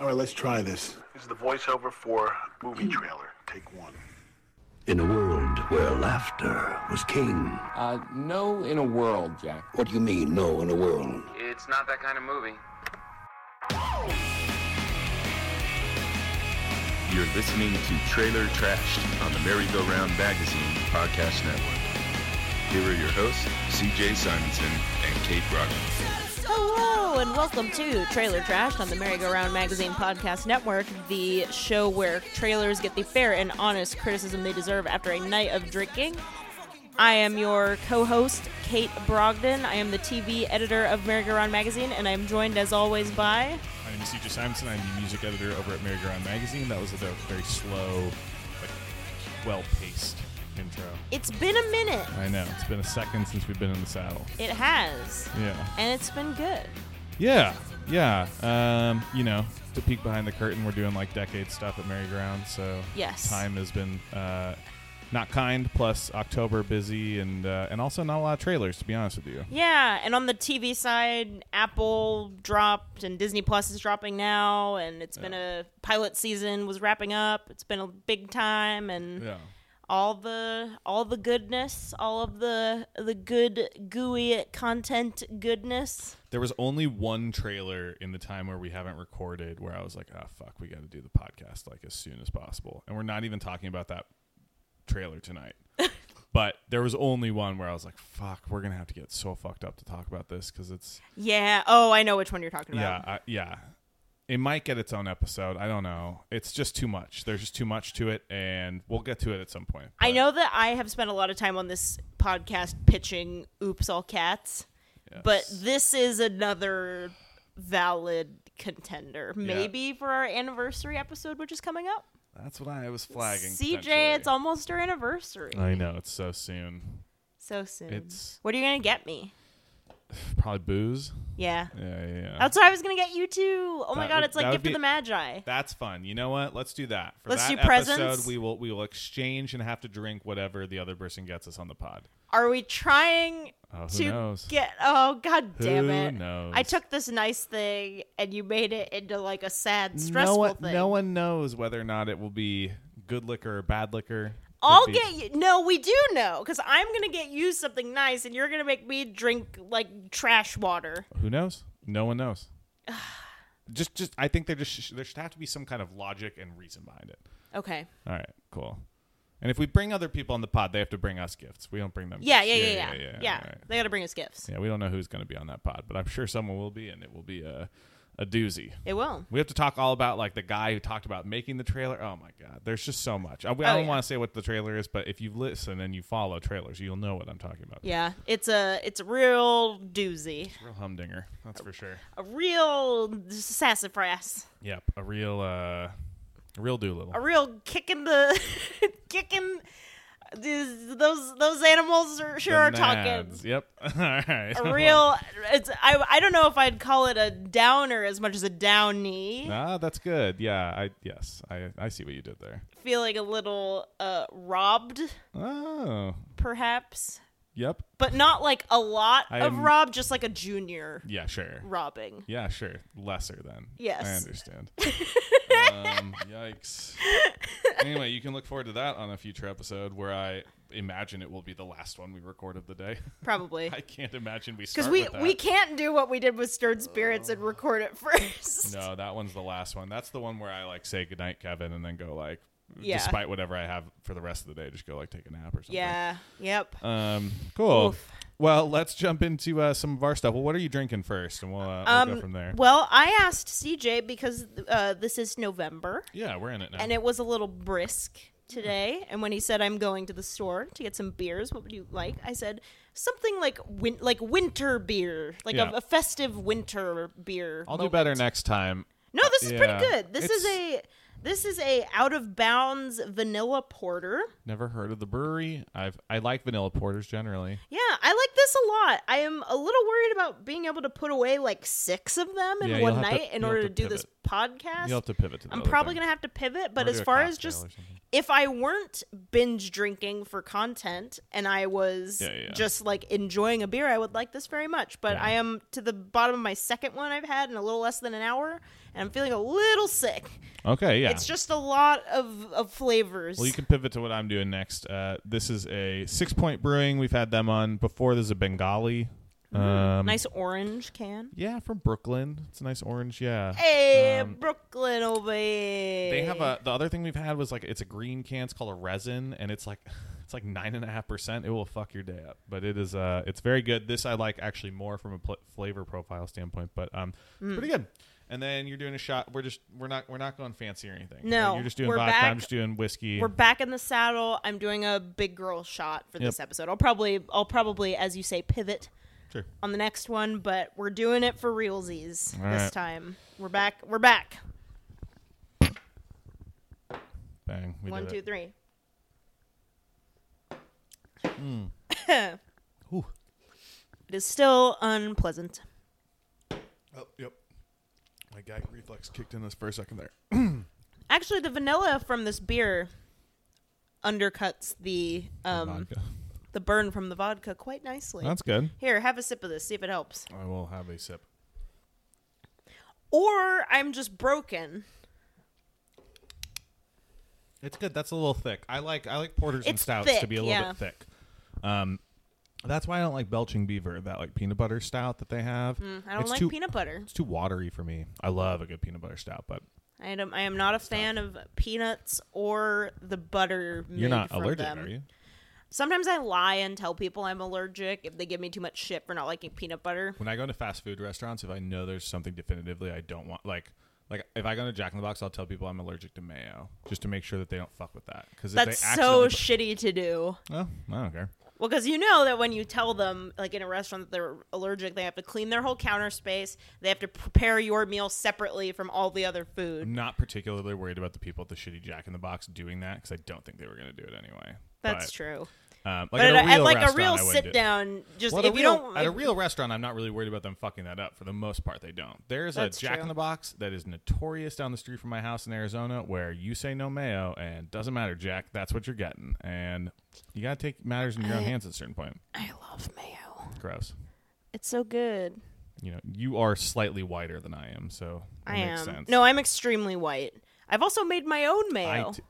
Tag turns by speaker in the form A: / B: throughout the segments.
A: All right, let's try this.
B: This is the voiceover for movie trailer. Take one.
C: In a world where laughter was king.
D: Uh, no, in a world, Jack.
C: What do you mean, no, in a world?
E: It's not that kind of movie.
F: You're listening to Trailer Trashed on the Merry-Go-Round Magazine Podcast Network. Here are your hosts, CJ Simonson and Kate Brockman.
G: Hello and welcome to Trailer Trash on the Merry-Go-Round Magazine Podcast Network, the show where trailers get the fair and honest criticism they deserve after a night of drinking. I am your co-host, Kate Brogdon. I am the TV editor of Merry-Go-Round Magazine, and I'm joined as always by
H: My name is CJ Simonson. I'm the music editor over at Merry Go Round Magazine. That was a very slow, like, well-paced intro.
G: It's been a minute.
H: I know it's been a second since we've been in the saddle.
G: It has.
H: Yeah,
G: And it's been good.
H: yeah, yeah. Um, you know, to peek behind the curtain, we're doing like decade stuff at Merry Go Round, so
G: Yes.
H: time has been uh, not kind. Plus October busy and uh, and also not a lot of trailers, to be honest with you.
G: Yeah, and on the TV side, Apple dropped and Disney Plus is dropping now, and it's been a pilot season was wrapping up. It's been a big time, and
H: Yeah.
G: all the all the goodness, all of the the good gooey content goodness.
H: There was only one trailer in the time where we haven't recorded where I was like, ah, fuck, we got to do the podcast like as soon as possible. And we're not even talking about that trailer tonight. but there was only one where I was like, fuck, we're going to have to get so fucked up to talk about this because it's,
G: Yeah. Oh, I know which one you're talking
H: yeah,
G: about.
H: I, yeah. It might get its own episode. I don't know. It's just too much. There's just too much to it, and we'll get to it at some point.
G: I
H: But
G: know that I have spent a lot of time on this podcast pitching "Oops, All Cats," but this is another valid contender, maybe for our anniversary episode, which is coming up.
H: That's what I was flagging.
G: CJ, it's
H: potentially.
G: almost our anniversary.
H: I know. It's so soon.
G: so soon.
H: It's-
G: What are you gonna get me?
H: Probably booze.
G: Yeah.
H: Yeah, yeah, yeah.
G: That's what I was gonna get you too. Oh my
H: That
G: god,
H: would-
G: it's like
H: that would
G: Gift of
H: be-
G: the Magi.
H: That's fun. You know what? Let's do that. For
G: Let's
H: that
G: do
H: episode,
G: presents.
H: we will we will exchange and have to drink whatever the other person gets us on the pod.
G: Are we trying
H: Oh, who
G: to
H: knows?
G: get? Oh god
H: Who
G: damn it!
H: knows?
G: I took this nice thing and you made it into like a sad, stressful
H: no one,
G: thing.
H: no one knows whether or not it will be good liquor or bad liquor. Could
G: I'll
H: be-
G: get you. No, we do know because I'm gonna get you something nice, and you're gonna make me drink like trash water.
H: Who knows? No one knows. just just I think there just sh- there should have to be some kind of logic and reason behind it.
G: Okay.
H: All right, cool. And if we bring other people on the pod, they have to bring us gifts. We don't bring them.
G: Yeah, yeah,
H: gifts.
G: yeah, yeah, yeah.
H: all right.
G: They gotta bring us gifts.
H: Yeah, we don't know who's going to be on that pod, but I'm sure someone will be, and it will be a, a doozy.
G: It will.
H: We have to talk all about like the guy who talked about making the trailer. Oh my god, there's just so much. I, I don't
G: Oh, yeah.
H: want to say what the trailer is, but if you listen and you follow trailers, you'll know what I'm talking about.
G: Yeah, it's a it's a real doozy,
H: Real humdinger, that's for sure.
G: a real sassafras,
H: Yep, a real, uh, a real Doolittle.
G: a real kick in the kicking. Those those animals are, sure are talking.
H: Nads. Yep. all right.
G: A real, it's I I don't know if I'd call it a downer as much as a downy.
H: Ah, that's good. Yeah. I yes. I I see what you did there.
G: Feeling a little uh robbed,
H: Oh.
G: perhaps,
H: Yep.
G: but not like a lot
H: I
G: of
H: am-
G: rob, just like a junior
H: Yeah. Sure.
G: robbing.
H: Yeah, sure. Lesser then.
G: Yes.
H: I understand. um, yikes. Anyway, you can look forward to that on a future episode where I imagine it will be the last one we record of the day.
G: Probably.
H: I can't imagine we
G: Because
H: start
G: we
H: with that. Oh.
G: we can't do what we did with Stern Spirits and record it first.
H: No, that one's the last one. That's the one where I like say goodnight, Kevin, and then go like
G: Yeah.
H: despite whatever I have for the rest of the day, just go like take a nap or something.
G: Yeah. Yep.
H: Um cool.
G: Oof.
H: Well, let's jump into uh, some of our stuff. Well, what are you drinking first? And we'll, uh, we'll go from there.
G: Um, Well, I asked CJ because uh, this is November
H: yeah, we're in it now.
G: and it was a little brisk today. And when he said I'm going to the store to get some beers, what would you like? I said something like win- like winter beer, like
H: Yeah.
G: a, a festive winter beer.
H: I'll
G: moment.
H: do better next time.
G: No, this is pretty
H: Yeah.
G: good. This is
H: It's-
G: a this is a out of bounds vanilla porter.
H: Never heard of the brewery. I've I like vanilla porters generally.
G: Yeah, I like this a lot. I am a little worried about being able to put away like six of them in
H: Yeah, you'll
G: one
H: have to-
G: night in
H: you'll
G: order to,
H: have to
G: do this
H: pivot.
G: podcast.
H: You'll have to pivot to. The
G: I'm
H: other
G: probably
H: thing.
G: going to have to pivot, but
H: Or
G: as
H: do a
G: far
H: cocktail
G: as just
H: or something.
G: if I weren't binge drinking for content and I was
H: Yeah, yeah.
G: just like enjoying a beer, I would like this very much. But I am to the bottom of my second one I've had in a little less than an hour, and I'm feeling a little sick.
H: Okay, yeah.
G: It's just a lot of, of flavors.
H: Well, you can pivot to what I'm doing next. Uh, this is a Six Point Brewing. We've had them on before. There's a Bengali. Um,
G: nice orange can.
H: Yeah, from Brooklyn. It's a nice orange. Yeah.
G: Hey, Brooklyn over here.
H: They have a. The other thing we've had was like it's a green can. It's called a resin, and it's like it's like nine and a half percent. It will fuck your day up, but it is uh it's very good. This I like actually more from a pl- flavor profile standpoint, but um it's
G: Mm.
H: pretty good. And then you're doing a shot. We're just we're not we're not going fancy or anything. Like,
G: No,
H: you're just doing
G: we're
H: vodka.
G: back-
H: I'm just doing whiskey.
G: We're back in the saddle. I'm doing a big girl shot for this episode. I'll probably I'll probably, as you say, pivot
H: Sure.
G: on the next one, but we're doing it for realsies
H: All
G: this
H: right.
G: time. We're back. We're back.
H: Bang. We
G: One,
H: did
G: two,
H: it.
G: three.
H: Hmm. Ooh.
G: It is still unpleasant.
H: Oh, yep. My gag reflex kicked in us for a second there.
G: Actually, the vanilla from this beer undercuts the um,
H: Vodka.
G: the burn from the vodka quite nicely.
H: That's good.
G: Here, have a sip of this. See if it helps.
H: I will have a sip.
G: Or I'm just broken.
H: It's good. That's a little thick. I like I like porters and
G: It's
H: stouts to
G: thick,
H: be a little
G: yeah.
H: bit thick. Um, that's why I don't like Belching Beaver, that like peanut butter stout that they have.
G: Mm, I don't
H: it's
G: like
H: too,
G: peanut butter.
H: It's too watery for me. I love a good peanut butter stout, but
G: I am, I am not a fan of peanuts or the butter.
H: you're
G: made
H: not
G: from
H: allergic,
G: them.
H: are you?
G: Sometimes I lie and tell people I'm allergic if they give me too much shit for not liking peanut butter.
H: When I go into fast food restaurants, if I know there's something definitively I don't want, like like if I go to Jack in the Box, I'll tell people I'm allergic to mayo just to make sure that they don't fuck with that. Because
G: That's
H: they
G: so
H: accidentally-
G: shitty to do.
H: Oh, I don't care.
G: Well, because you know that when you tell them, like in a restaurant, that they're allergic, they have to clean their whole counter space. They have to prepare your meal separately from all the other food.
H: I'm not particularly worried about the people at the shitty Jack in the Box doing that because I don't think they were going to do it anyway.
G: That's
H: But,
G: true.
H: Um, like
G: But
H: at,
G: at, a- at, like a
H: restaurant,
G: real
H: I wouldn't do
G: sit
H: it.
G: down, just
H: Well, at a
G: if you
H: real-
G: don't,
H: at a real restaurant, I'm not really worried about them fucking that up. For the most part, they don't. There's
G: That's
H: a Jack
G: true.
H: in the Box that is notorious down the street from my house in Arizona, where you say no mayo and doesn't matter, Jack. That's what you're getting, and you gotta take matters in your own hands at a certain point.
G: I love mayo.
H: Gross.
G: It's so good.
H: You know, you are slightly whiter than I am, so it
G: I
H: makes
G: am.
H: sense.
G: No, I'm extremely white. I've also made my own
H: I
G: mayo.
H: t-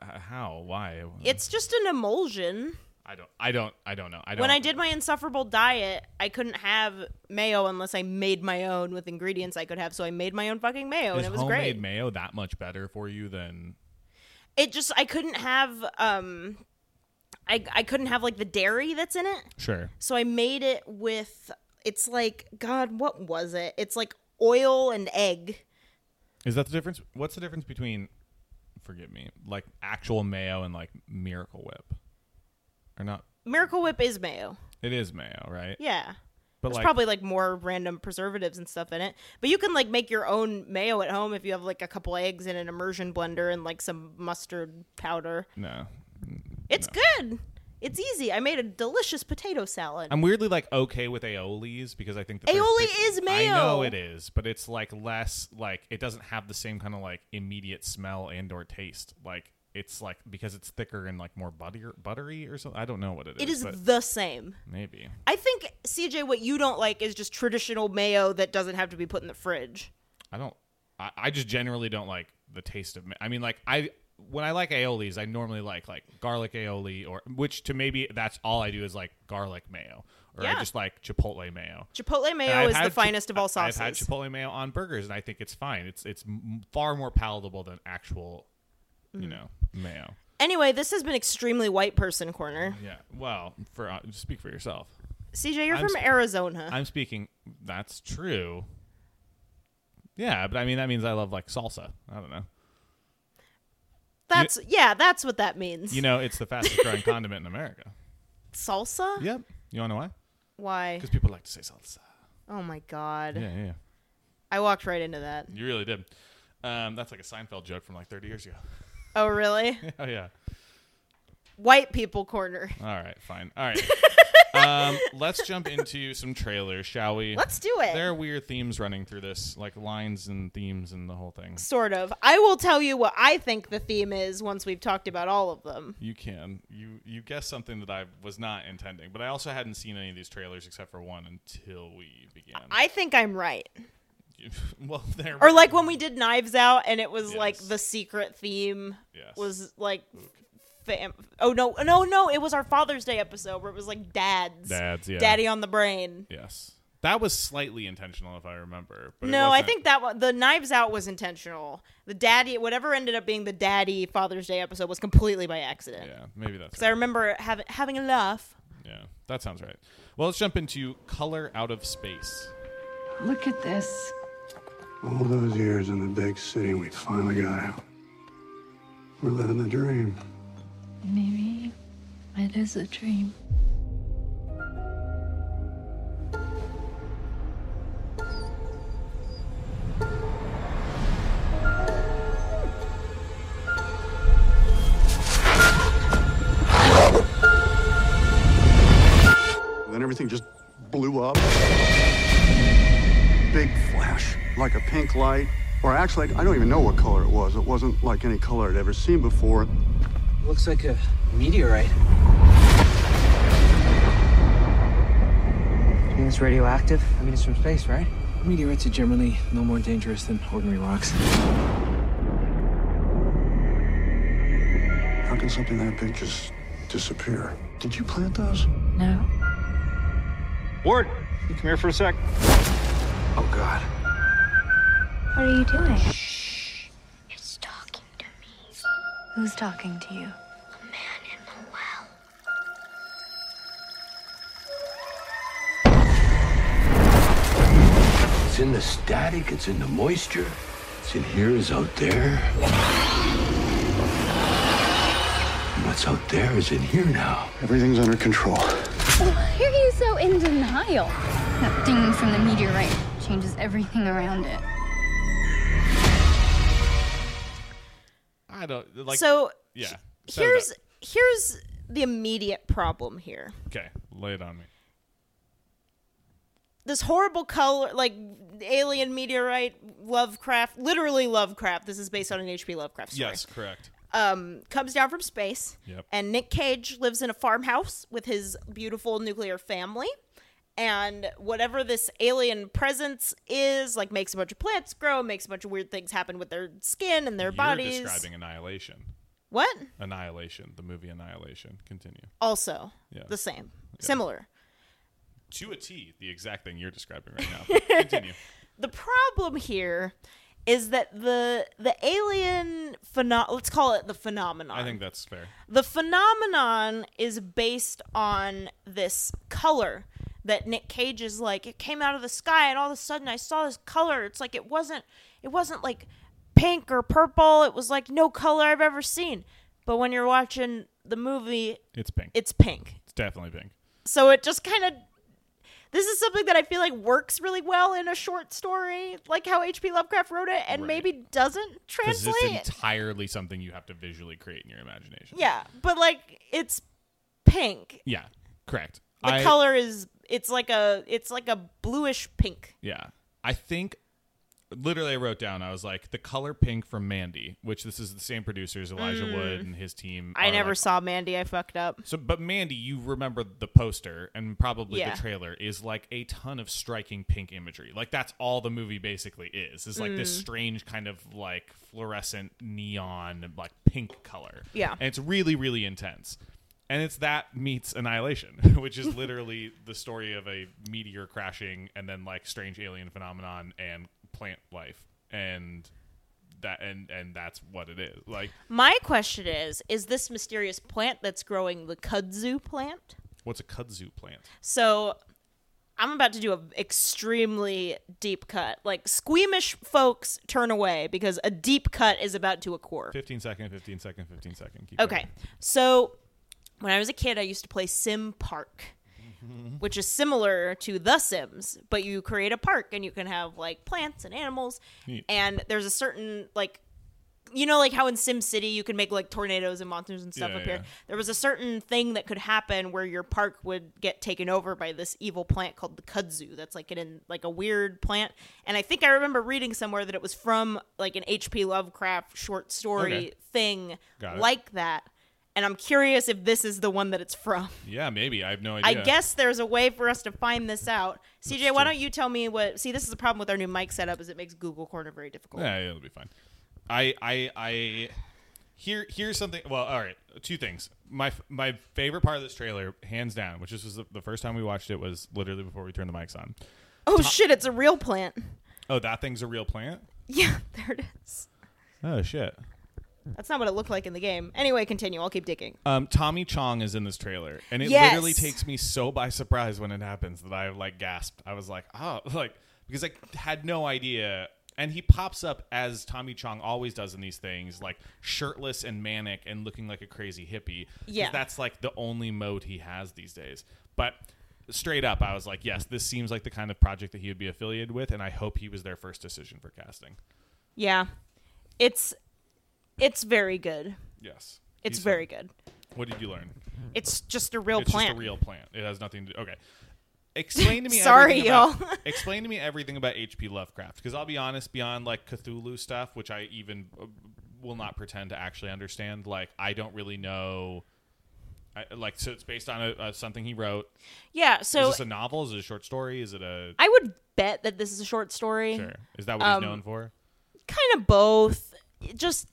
H: how? Why?
G: it's just an emulsion.
H: I don't. I don't. I don't know. I don't.
G: When I did my insufferable diet, I couldn't have mayo unless I made my own with ingredients I could have. So I made my own fucking mayo,
H: Is
G: and it was
H: homemade
G: great.
H: mayo that much better for you than
G: it just I couldn't have um, I I couldn't have like the dairy that's in it.
H: sure
G: So I made it with it's like God, what was it? It's like oil and egg.
H: is that the difference what's the difference between forgive me like actual mayo and like miracle whip or not
G: Miracle Whip is mayo.
H: it is mayo right
G: Yeah.
H: but
G: There's
H: like
G: probably like more random preservatives and stuff in it. But you can like make your own mayo at home if you have like a couple eggs in an immersion blender and like some mustard powder.
H: no
G: It's good. It's easy. I made a delicious potato salad.
H: i'm weirdly like okay with aiolis because i think that
G: Aioli
H: there's-
G: is mayo!
H: i know it is but it's like less like it doesn't have the same kind of like immediate smell and or taste like it's like because it's thicker and like more butter buttery or something i don't know what it is
G: it is
H: but
G: the same.
H: maybe
G: I think CJ what you don't like is just traditional mayo that doesn't have to be put in the fridge.
H: I don't. I, I just generally don't like the taste of. ma- I mean, like I when I like aiolis, I normally like like garlic aioli or which to maybe that's all I do is like garlic mayo or
G: Yeah.
H: I just like chipotle mayo.
G: Chipotle
H: And
G: mayo
H: I've
G: is the
H: had chi-
G: finest of all
H: I-
G: sauces.
H: I've had chipotle mayo on burgers, and I think it's fine. It's it's m- far more palatable than actual,
G: Mm.
H: you know, mayo.
G: anyway, this has been extremely white person corner.
H: Yeah. Well, for uh, speak for yourself.
G: CJ, you're
H: I'm
G: from
H: sp-
G: Arizona.
H: I'm speaking. That's true. Yeah, but I mean that means I love like salsa. I don't know.
G: that's yeah, that's what that means.
H: You know, it's the fastest growing condiment in America.
G: salsa?
H: Yep. You wanna know why?
G: Why?
H: Because people like to say uh, salsa.
G: Oh my god.
H: Yeah, yeah, yeah.
G: I walked right into that.
H: You really did. Um, that's like a Seinfeld joke from like 30 years ago.
G: Oh really?
H: oh yeah.
G: White people corner.
H: All right, fine. All right. um, let's jump into some trailers, shall we?
G: Let's do it.
H: There are weird themes running through this, like lines and themes and the whole thing.
G: Sort of. I will tell you what I think the theme is once we've talked about all of them.
H: You can. You you guessed something that I was not intending, but I also hadn't seen any of these trailers except for one until we began.
G: I think I'm right.
H: well, there.
G: Or like when we did Knives Out and it was like
H: Yes.
G: the secret theme
H: Yes.
G: was like fam- Oh no, no, no, it was our Father's Day episode where it was like dads.
H: Dads, yeah.
G: Daddy on the brain.
H: Yes, that was slightly intentional, if I remember. But it
G: no, I
H: wasn't-
G: think that one, the Knives Out was intentional. The daddy whatever ended up being the daddy Father's Day episode was completely by accident.
H: Yeah, maybe that's.
G: Cuz I remember having having a laugh.
H: Yeah, that sounds right. Well, let's jump into color out of space.
A: Look at this.
E: All those years in the big city, we finally got out. We're living the dream.
A: Maybe it is a dream.
E: Then everything just blew up. Big flash, like a pink light, or actually, I don't even know what color it was. It wasn't like any color I'd ever seen before.
I: Looks like a meteorite. You think it's radioactive? I mean, it's from space, right? Meteorites are generally no more dangerous than ordinary rocks.
E: How can something that big just disappear? Did you plant those?
A: No.
J: Ward, you come here for a sec.
E: Oh, God.
A: What are you doing? Shh. It's talking to me. Who's talking to you? A man in the well.
C: It's in the static, it's in the moisture. It's in here, it's out there. And what's out there is in here now.
E: Everything's under control.
K: Why are you so in denial? That thing from the meteorite changes everything around it.
H: I don't like.
G: so
H: yeah, set it up.
G: here's here's the immediate problem here.
H: okay. Lay it on me.
G: this horrible color like alien meteorite lovecraft literally lovecraft this is based on an hp lovecraft story um,
H: Yes, correct.
G: comes down from space
H: Yep.
G: and nick cage lives in a farmhouse with his beautiful nuclear family and whatever this alien presence is like makes a bunch of plants grow makes a bunch of weird things happen with their skin and their
H: You're
G: bodies
H: describing annihilation.
G: what
H: Annihilation, the movie Annihilation. Continue.
G: also
H: Yeah.
G: the same similar
H: To a T, the exact thing you're describing right now. Continue.
G: the problem here is that the the alien phenom let's call it the phenomenon
H: I think that's fair.
G: the phenomenon is based on this color that Nick Cage is like it came out of the sky and all of a sudden I saw this color it's like it wasn't it wasn't like pink or purple it was like no color I've ever seen but when you're watching the movie
H: It's pink.
G: it's pink
H: It's definitely pink.
G: so it just kind of this is something that I feel like works really well in a short story like how H.P. Lovecraft wrote it and
H: Right.
G: maybe doesn't
H: Because
G: translate
H: it's entirely something you have to visually create in your imagination.
G: yeah but like it's pink
H: Yeah. Correct.
G: The
H: I,
G: color is it's like a it's like a bluish pink.
H: Yeah. I think literally I wrote down, I was like, the color pink from Mandy, which this is the same producers, Elijah Wood and his team.
G: Mm. I
H: are,
G: never
H: like,
G: saw Mandy. I fucked up.
H: So, but Mandy, you remember the poster and probably
G: Yeah.
H: the trailer is like a ton of striking pink imagery. Like that's all the movie basically is. Is like
G: Mm.
H: this strange kind of like fluorescent neon like pink color.
G: Yeah.
H: and it's really really intense. And it's that meets Annihilation, which is literally the story of a meteor crashing and then like strange alien phenomenon and plant life and that and and that's what it is. Like
G: My question is: Is this mysterious plant that's growing the kudzu plant?
H: what's a kudzu plant?
G: So, I'm about to do an extremely deep cut. Like squeamish folks turn away because a deep cut is about to occur.
H: 15 second, 15 second, 15 second. Keep
G: Okay. So when I was a kid, I used to play Sim Park,
H: Mm-hmm.
G: which is similar to The Sims, but you create a park and you can have like plants and animals.
H: Neat.
G: And there's a certain like, you know, like how in Sim City you can make like tornadoes and monsters and stuff
H: Yeah,
G: appear.
H: yeah.
G: There was a certain thing that could happen where your park would get taken over by this evil plant called the kudzu. That's like an in, like a weird plant. And I think I remember reading somewhere that it was from like an H.P. Lovecraft short story
H: Okay.
G: thing
H: Got it.
G: like that and I'm curious if this is the one that it's from.
H: Yeah, maybe. I have no
G: I
H: idea.
G: guess there's a way for us to find this out. CJ, why don't you tell me what? See, this is the problem with our new mic setup is it makes Google Corner very difficult.
H: Yeah, it'll be fine. I I I here here's something. Well, all right, two things. My my favorite part of this trailer, hands down, which this was the, the first time we watched it, was literally before we turned the mics on.
G: Oh shit! It's a real plant.
H: Oh, that thing's a real plant.
G: Yeah, there it is.
H: Oh shit.
G: That's not what it looked like in the game. Anyway, continue. I'll keep digging.
H: Um, Tommy Chong is in this trailer, and it
G: Yes.
H: literally takes me so by surprise when it happens that I like gasped. I was like, oh, like because I had no idea. And he pops up as Tommy Chong always does in these things, like shirtless and manic and looking like a crazy hippie. 'cause
G: Yeah.
H: that's like the only mode he has these days. But straight up, I was like, yes, this seems like the kind of project that he would be affiliated with, and I hope he was their first decision for casting.
G: Yeah, it's it's very good.
H: Yes,
G: It's
H: He's-
G: very good.
H: What did you learn?
G: It's just a real
H: it's
G: plant.
H: Just a real plant. It has nothing to. Okay. Explain to me.
G: Sorry,
H: everything about- explain to me everything about H.P. Lovecraft, because I'll be honest, beyond like Cthulhu stuff, which I even uh, will not pretend to actually understand. Like, I don't really know. I, like, so it's based on a, uh, something he wrote.
G: yeah. So
H: is this a novel? Is it a short story? Is it a?
G: I would bet that this is a short story.
H: Sure. Is that what
G: Um,
H: he's known for?
G: kind of both. It Just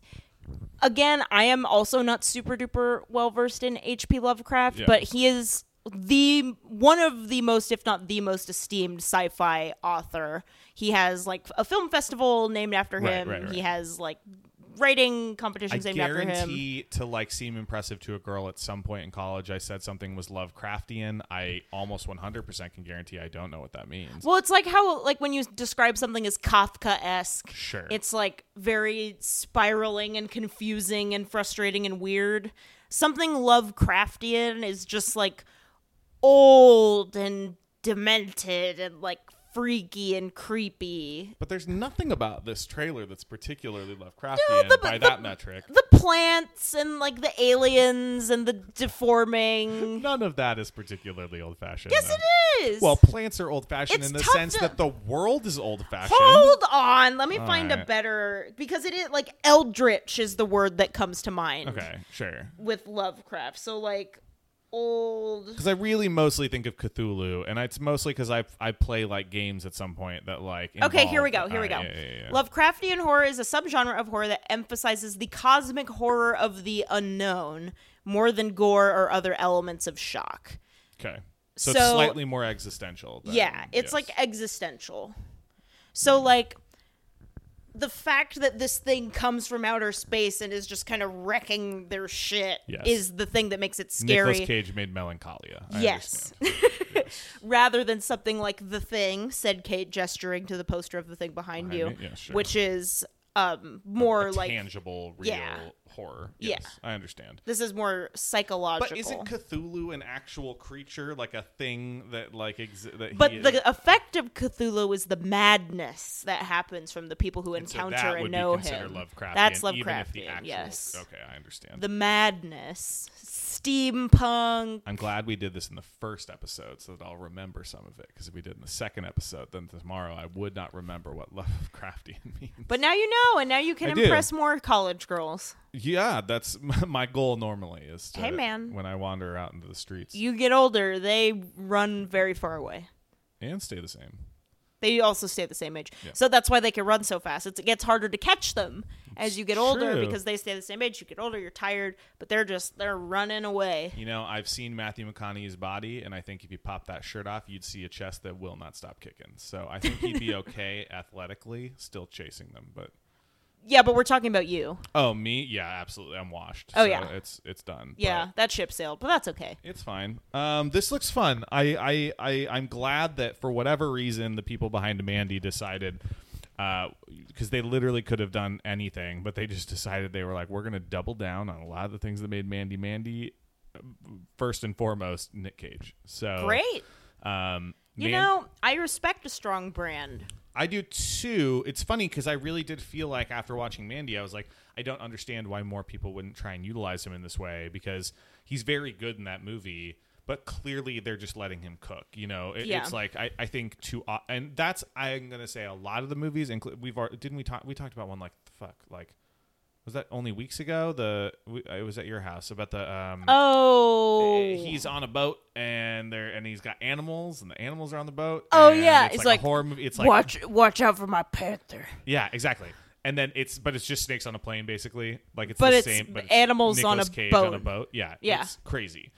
G: again, I am also not super duper well versed in H.P. Lovecraft,
L: Yeah.
G: but he is the one of the most, if not the most, esteemed sci-fi author. He has like a film festival named after
H: Right,
G: him.
H: right, right.
G: He has like writing
H: I
G: competitions named after him.
H: guarantee to like seem impressive to a girl at some point in college. I said something was Lovecraftian. I almost 100% can guarantee I don't know what that means.
G: Well, it's like how like when you describe something as Kafka esque.
H: Sure.
G: It's like very spiraling and confusing and frustrating and weird. Something Lovecraftian is just like old and demented and like freaky and creepy.
H: But there's nothing about this trailer that's particularly Lovecraftian
G: the-
H: by
G: the-
H: that metric.
G: The plants and like the aliens and the deforming.
H: None of that is particularly old fashioned.
G: Yes, it is.
H: Well, plants are old fashioned
G: It's
H: in the
G: tough
H: sense
G: to-
H: that the world is old fashioned.
G: Hold on, let me
H: All
G: find a
H: right.
G: better because it is like eldritch is the word that comes to mind.
H: Okay, sure.
G: with Lovecraft. So like old
H: Because I really mostly think of Cthulhu, and it's mostly because I I play like games at some point that like.
G: Okay, here we go.
H: involve-
G: Here we go.
H: All right, yeah, yeah, yeah.
G: Lovecraftian horror is a subgenre of horror that emphasizes the cosmic horror of the unknown more than gore or other elements of shock.
H: Okay, so, it's
G: So-
H: slightly more existential. than-
G: yeah, it's
H: yes.
G: like existential. So like the fact that this thing comes from outer space and is just kind of wrecking their shit
H: Yes.
G: is the thing that makes it scary.
H: Nicolas Cage made Melancholia. I
G: yes. Rather than something like The Thing, said Kate, gesturing to the poster of The Thing behind,
H: Behind
G: you,
H: me? Yeah, sure.
G: which is um, more
H: understand.
G: like.
H: tangible, real
G: yeah.
H: horror.
G: Yeah.
H: Yes, I understand.
G: This is more
H: But
G: psychological.
H: isn't Cthulhu an actual creature, like a thing that like exi- that?
G: But
H: he is?
G: the effect of Cthulhu is the madness that happens from the people who
H: So
G: encounter
H: that
G: and
H: would
G: know
H: be considered
G: him.
H: Lovecraftian.
G: That's Lovecraftian.
H: even if the actual-
G: yes.
H: Okay, I understand.
G: The madness, steampunk.
H: I'm glad we did this in the first episode so that I'll remember some of it. Because if we did in the second episode, then tomorrow I would not remember what Lovecraftian means.
G: But now you know, and now you can
H: I do.
G: impress more college girls.
H: Yeah, that's my goal normally is to
G: Hey, man.
H: when I wander out into the streets
G: You get older, they run very far away.
H: and stay the same.
G: They also stay the same age.
H: Yeah.
G: So that's why they can run so fast. It's, it gets harder to catch them as you get older
H: True.
G: because they stay the same age. You get older, you're tired, but they're just they're running away.
H: You know, I've seen Matthew McConaughey's body, and I think if you pop that shirt off, you'd see a chest that will not stop kicking. So I think he'd be okay athletically, still chasing them. But
G: Yeah, but we're talking about you.
H: oh, me, yeah, absolutely, I'm washed.
G: Oh,
H: so
G: yeah.
H: it's it's done.
G: Yeah, that ship sailed, but that's okay.
H: It's fine. Um, this looks fun. I, I, I, I'm glad that for whatever reason, the people behind Mandy decided, because they literally could have done anything, but they just decided they were like, we're going to double down on a lot of the things that made Mandy Mandy. uh, First and foremost, Nick Cage. So
G: Great.
H: Um,
G: You
H: Oh. Man-
G: know, I respect a strong brand.
H: I do too. It's funny because I really did feel like after watching Mandy, I was like, I don't understand why more people wouldn't try and utilize him in this way because he's very good in that movie, but clearly they're just letting him cook. You know, It-
F: Yeah.
H: it's like I, I think to uh, and that's I'm gonna say a lot of the movies. Inclu- we've al- didn't we talk we talked about one like fuck like was that only weeks ago? The we- uh, it was at your house about the um.
G: Oh.
H: eh, He's on a boat and there and he's got animals and the animals are on the boat.
G: Oh
H: and
G: yeah,
H: it's, like, a horror movie. It's like
G: watch watch out for my panther.
H: Yeah, exactly. And then it's but it's just snakes on a plane basically. Like it's
G: But
H: the
G: it's
H: same but it's
G: animals on
H: Nicolas
G: a
H: Cage on a
G: boat.
H: boat. Yeah,
G: Yeah.
H: it's crazy.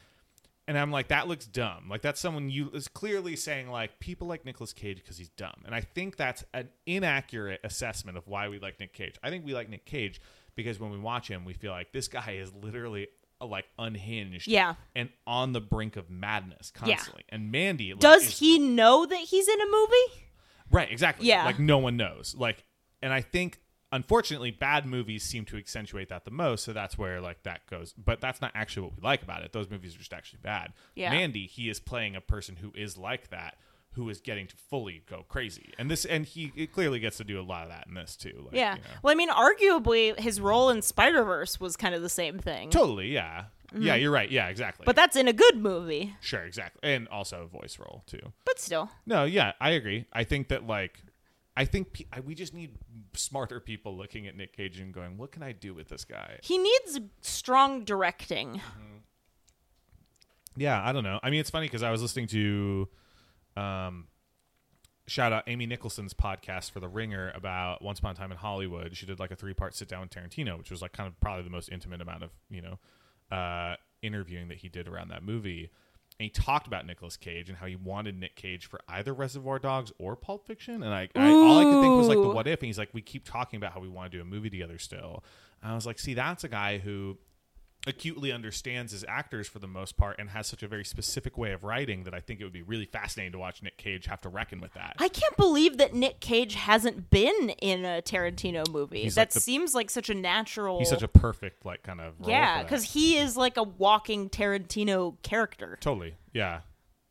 H: And I'm like, that looks dumb. Like that's someone you is clearly saying like people like Nicolas Cage because he's dumb. And I think that's an inaccurate assessment of why we like Nick Cage. I think we like Nick Cage because when we watch him, we feel like this guy is literally uh, like unhinged,
G: Yeah.
H: and on the brink of madness
G: Yeah.
H: constantly. And Mandy, like,
G: Does
H: is
G: he know that he's in a movie?
H: Right, exactly.
G: Yeah.
H: Like no one knows. Like and I think unfortunately bad movies seem to accentuate that the most, so that's where like that goes. But that's not actually what we like about it. Those movies are just actually bad.
G: Yeah.
H: Mandy, he is playing a person who is like that, who is getting to fully go crazy. And this and he it clearly gets to do a lot of that in this too. Like,
G: yeah.
H: you know.
G: Well, I mean, arguably his role in Spider Verse was kind of the same thing,
H: Totally, yeah. Yeah,
G: Mhm.
H: you're right. Yeah, exactly.
G: but that's in a good movie.
H: sure, exactly. And also a voice role too.
G: But still,
H: No, yeah, I agree. I think that like, I think pe- I, we just need smarter people looking at Nick Cage and going, "What can I do with this guy?"
G: he needs strong directing.
H: Yeah, I don't know. I mean, it's funny because I was listening to, um, shout out Amy Nicholson's podcast for The Ringer about Once Upon a Time in Hollywood. She did like a three part sit down with Tarantino, which was like kind of probably the most intimate amount of you know, uh, interviewing that he did around that movie. And he talked about Nicolas Cage and how he wanted Nick Cage for either Reservoir Dogs or Pulp Fiction. And I, I all I could think was like the
L: Ooh.
H: what if. And he's like, we keep talking about how we want to do a movie together still. And I was like, see, that's a guy who acutely understands his actors for the most part and has such a very specific way of writing that I think it would be really fascinating to watch Nick Cage have to reckon with that.
G: I can't believe that Nick Cage hasn't been in a Tarantino movie.
H: He's
G: that
H: like the-
G: seems like such a natural.
H: He's such a perfect like kind of role for
G: yeah,
H: that.
G: because he is like a walking Tarantino character.
H: totally yeah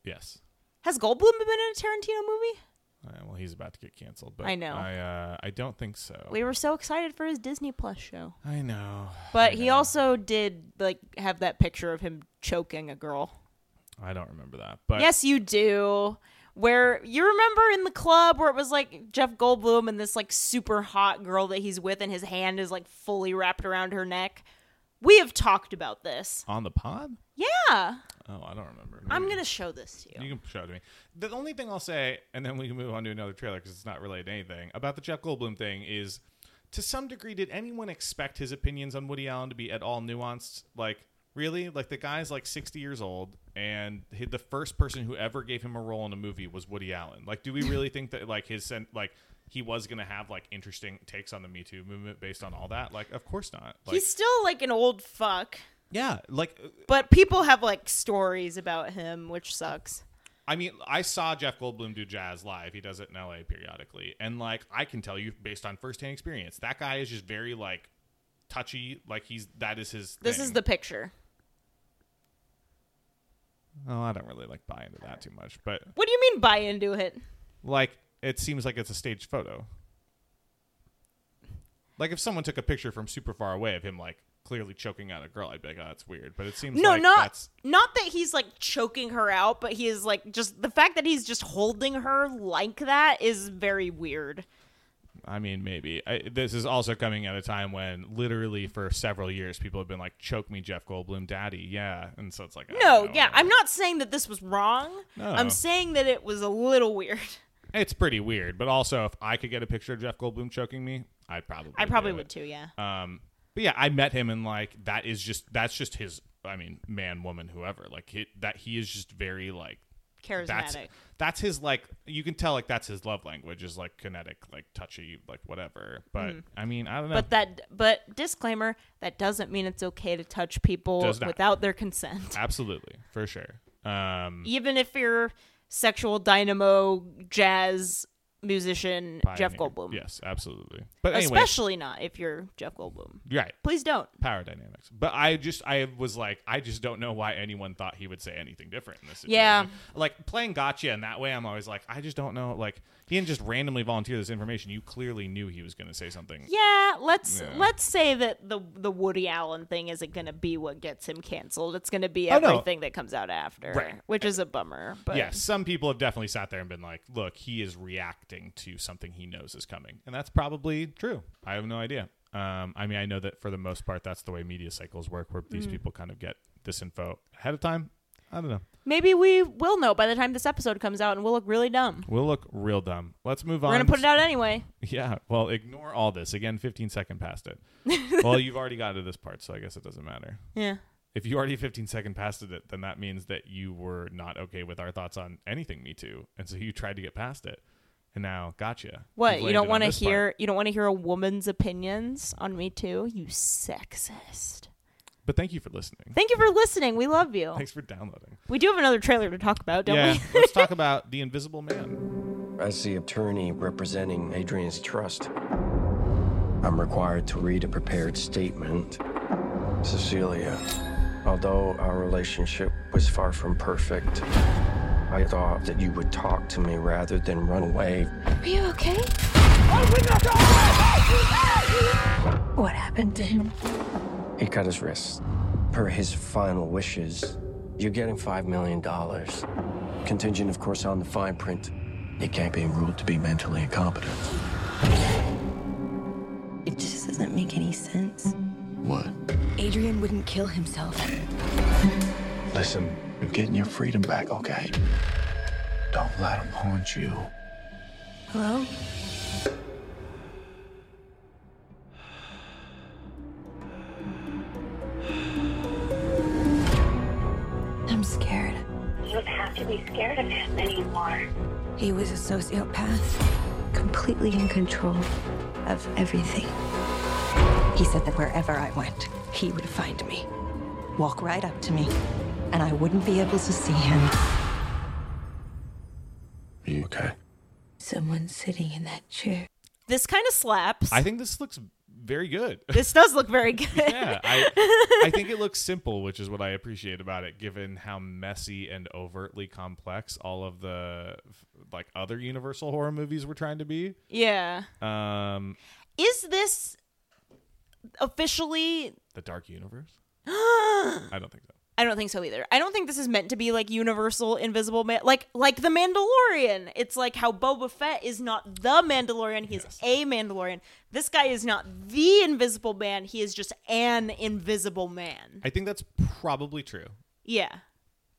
H: yes.
G: Has Goldblum been in a Tarantino movie?
H: All right, well, he's about to get canceled, but
G: I know.
H: I uh, I don't think so.
G: We were so excited for his Disney Plus show.
H: I know,
G: But he also did like have that picture of him choking a girl.
H: I don't remember that, but
G: yes, you do. Where you remember in the club where it was like Jeff Goldblum and this like super hot girl that he's with, and his hand is like fully wrapped around her neck. We have talked about this.
H: on the pod.
G: Yeah,
H: Oh, I don't remember.
G: I'm
H: Maybe.
G: gonna show this to you.
H: You can show it to me. The only thing I'll say, and then we can move on to another trailer because it's not related to anything about the Jeff Goldblum thing is, to some degree, did anyone expect his opinions on Woody Allen to be at all nuanced? Like, really? Like the guy's like 60 years old, and he, the first person who ever gave him a role in a movie was Woody Allen. Like, do we really think that like his sen- like he was gonna have like interesting takes on the Me Too movement based on all that? Like, of course not. Like,
G: he's still like an old fuck,
H: yeah, like
G: but people have like stories about him, which sucks.
H: I mean, I saw Jeff Goldblum do jazz live. He does it in LA periodically. And like I can tell you based on firsthand experience, that guy is just very like touchy. Like he's that is his
G: This
H: thing.
G: is the picture.
H: Oh, I don't really like buy into that too much. But
G: What do you mean buy into it?
H: like it seems like it's a staged photo. Like if someone took a picture from super far away of him like clearly choking out a girl, I'd be like, Oh, that's weird. But it seems
G: No,
H: like
G: not
H: that's
G: not that he's like choking her out, but he is like just the fact that he's just holding her like that is very weird.
H: I mean, maybe. I, this is also coming at a time when literally for several years people have been like, choke me, Jeff Goldblum, daddy. Yeah. And so it's like, I
G: No,
H: don't know.
G: yeah, I'm not saying that this was wrong.
H: No.
G: I'm saying that it was a little weird.
H: It's pretty weird. But also, if I could get a picture of Jeff Goldblum choking me, I'd probably.
G: I probably
H: do
G: would
H: it.
G: too, yeah.
H: Um, but yeah, I met him and like, that is just, that's just his, I mean, man, woman, whoever. Like, he, that he is just very like, That's,
G: Charismatic.
H: that's his like you can tell like that's his love language is like kinetic like touchy like whatever but
G: Mhm.
H: I mean I don't know
G: But that but disclaimer, that doesn't mean it's okay to touch people
H: Does not.
G: without their consent.
H: Absolutely, for sure. Um,
G: Even if you're sexual dynamo jazz musician Jeff
H: Pioneer.
G: Goldblum.
H: Yes, absolutely. But anyway,
G: especially not if you're Jeff Goldblum.
H: right.
G: Please don't.
H: Power dynamics. But I just, I was like, I just don't know why anyone thought he would say anything different in this situation.
G: Yeah.
H: Like playing gotcha in that way, I'm always like, I just don't know. Like he didn't just randomly volunteer this information. You clearly knew he was going to say something.
G: Yeah, let's
H: Yeah.
G: let's say that the the Woody Allen thing isn't going to be what gets him canceled. It's going to be
H: Oh, no.
G: everything that comes out after,
H: Right.
G: which is a bummer. But
H: yeah, some people have definitely sat there and been like, look, he is reacting to something he knows is coming. And that's probably true. I have no idea. Um, I mean, I know that for the most part, that's the way media cycles work, where these
G: Mm.
H: people kind of get this info ahead of time. I don't know.
G: Maybe we will know by the time this episode comes out, and we'll look really dumb.
H: We'll look real dumb. Let's move on.
G: We're gonna put it out anyway.
H: Yeah. Well, ignore all this. Again, 15 second past it. well, you've already gotten to this part, so I guess it doesn't matter.
G: Yeah.
H: If you already 15 second past it, then that means that you were not okay with our thoughts on anything Me Too, and so you tried to get past it, and now gotcha.
G: What
H: You've
G: you
H: landed on
G: don't want to
H: this part.
G: hear? You don't want to hear a woman's opinions on me too? You sexist.
H: But thank you for listening.
G: Thank you for listening. We love you.
H: Thanks for downloading.
G: We do have another trailer to talk about, Oh. don't
H: yeah.
G: we?
H: let's talk about the Invisible Man.
I: As the attorney representing Adrian's trust, I'm required to read a prepared statement. Cecilia, although our relationship was far from perfect, I thought that you would talk to me rather than run away.
A: Are you okay?
L: Open the
A: What happened to him?
I: He cut his wrist. Per his final wishes, you're getting $5 million. Contingent, of course, on the fine print. He can't be ruled to be mentally incompetent.
M: It just doesn't make any sense.
C: What?
M: Adrian wouldn't kill himself.
C: Listen, you're getting your freedom back, okay? Don't let them haunt you.
M: Hello? I'm scared.
L: You don't have to be scared of him anymore.
M: He was a sociopath, completely in control of everything. He said that wherever I went, he would find me, walk right up to me, and I wouldn't be able to see him.
C: You okay?
M: Someone's sitting in that chair.
G: this kind of slaps.
H: I think this looks very good.
G: this does look very good.
H: yeah, I, I think it looks simple, which is what I appreciate about it, given how messy and overtly complex all of the f- like other Universal horror movies were trying to be.
G: Yeah.
H: Um,
G: Is this officially?
H: the Dark Universe.
G: I
H: I don't think so.
G: don't think so either. I don't think this is meant to be like universal invisible man, like like the Mandalorian. It's like how Boba Fett is not the Mandalorian; he's a Mandalorian. This guy is not the Invisible Man; he is just an Invisible Man.
H: I think that's probably true.
G: Yeah.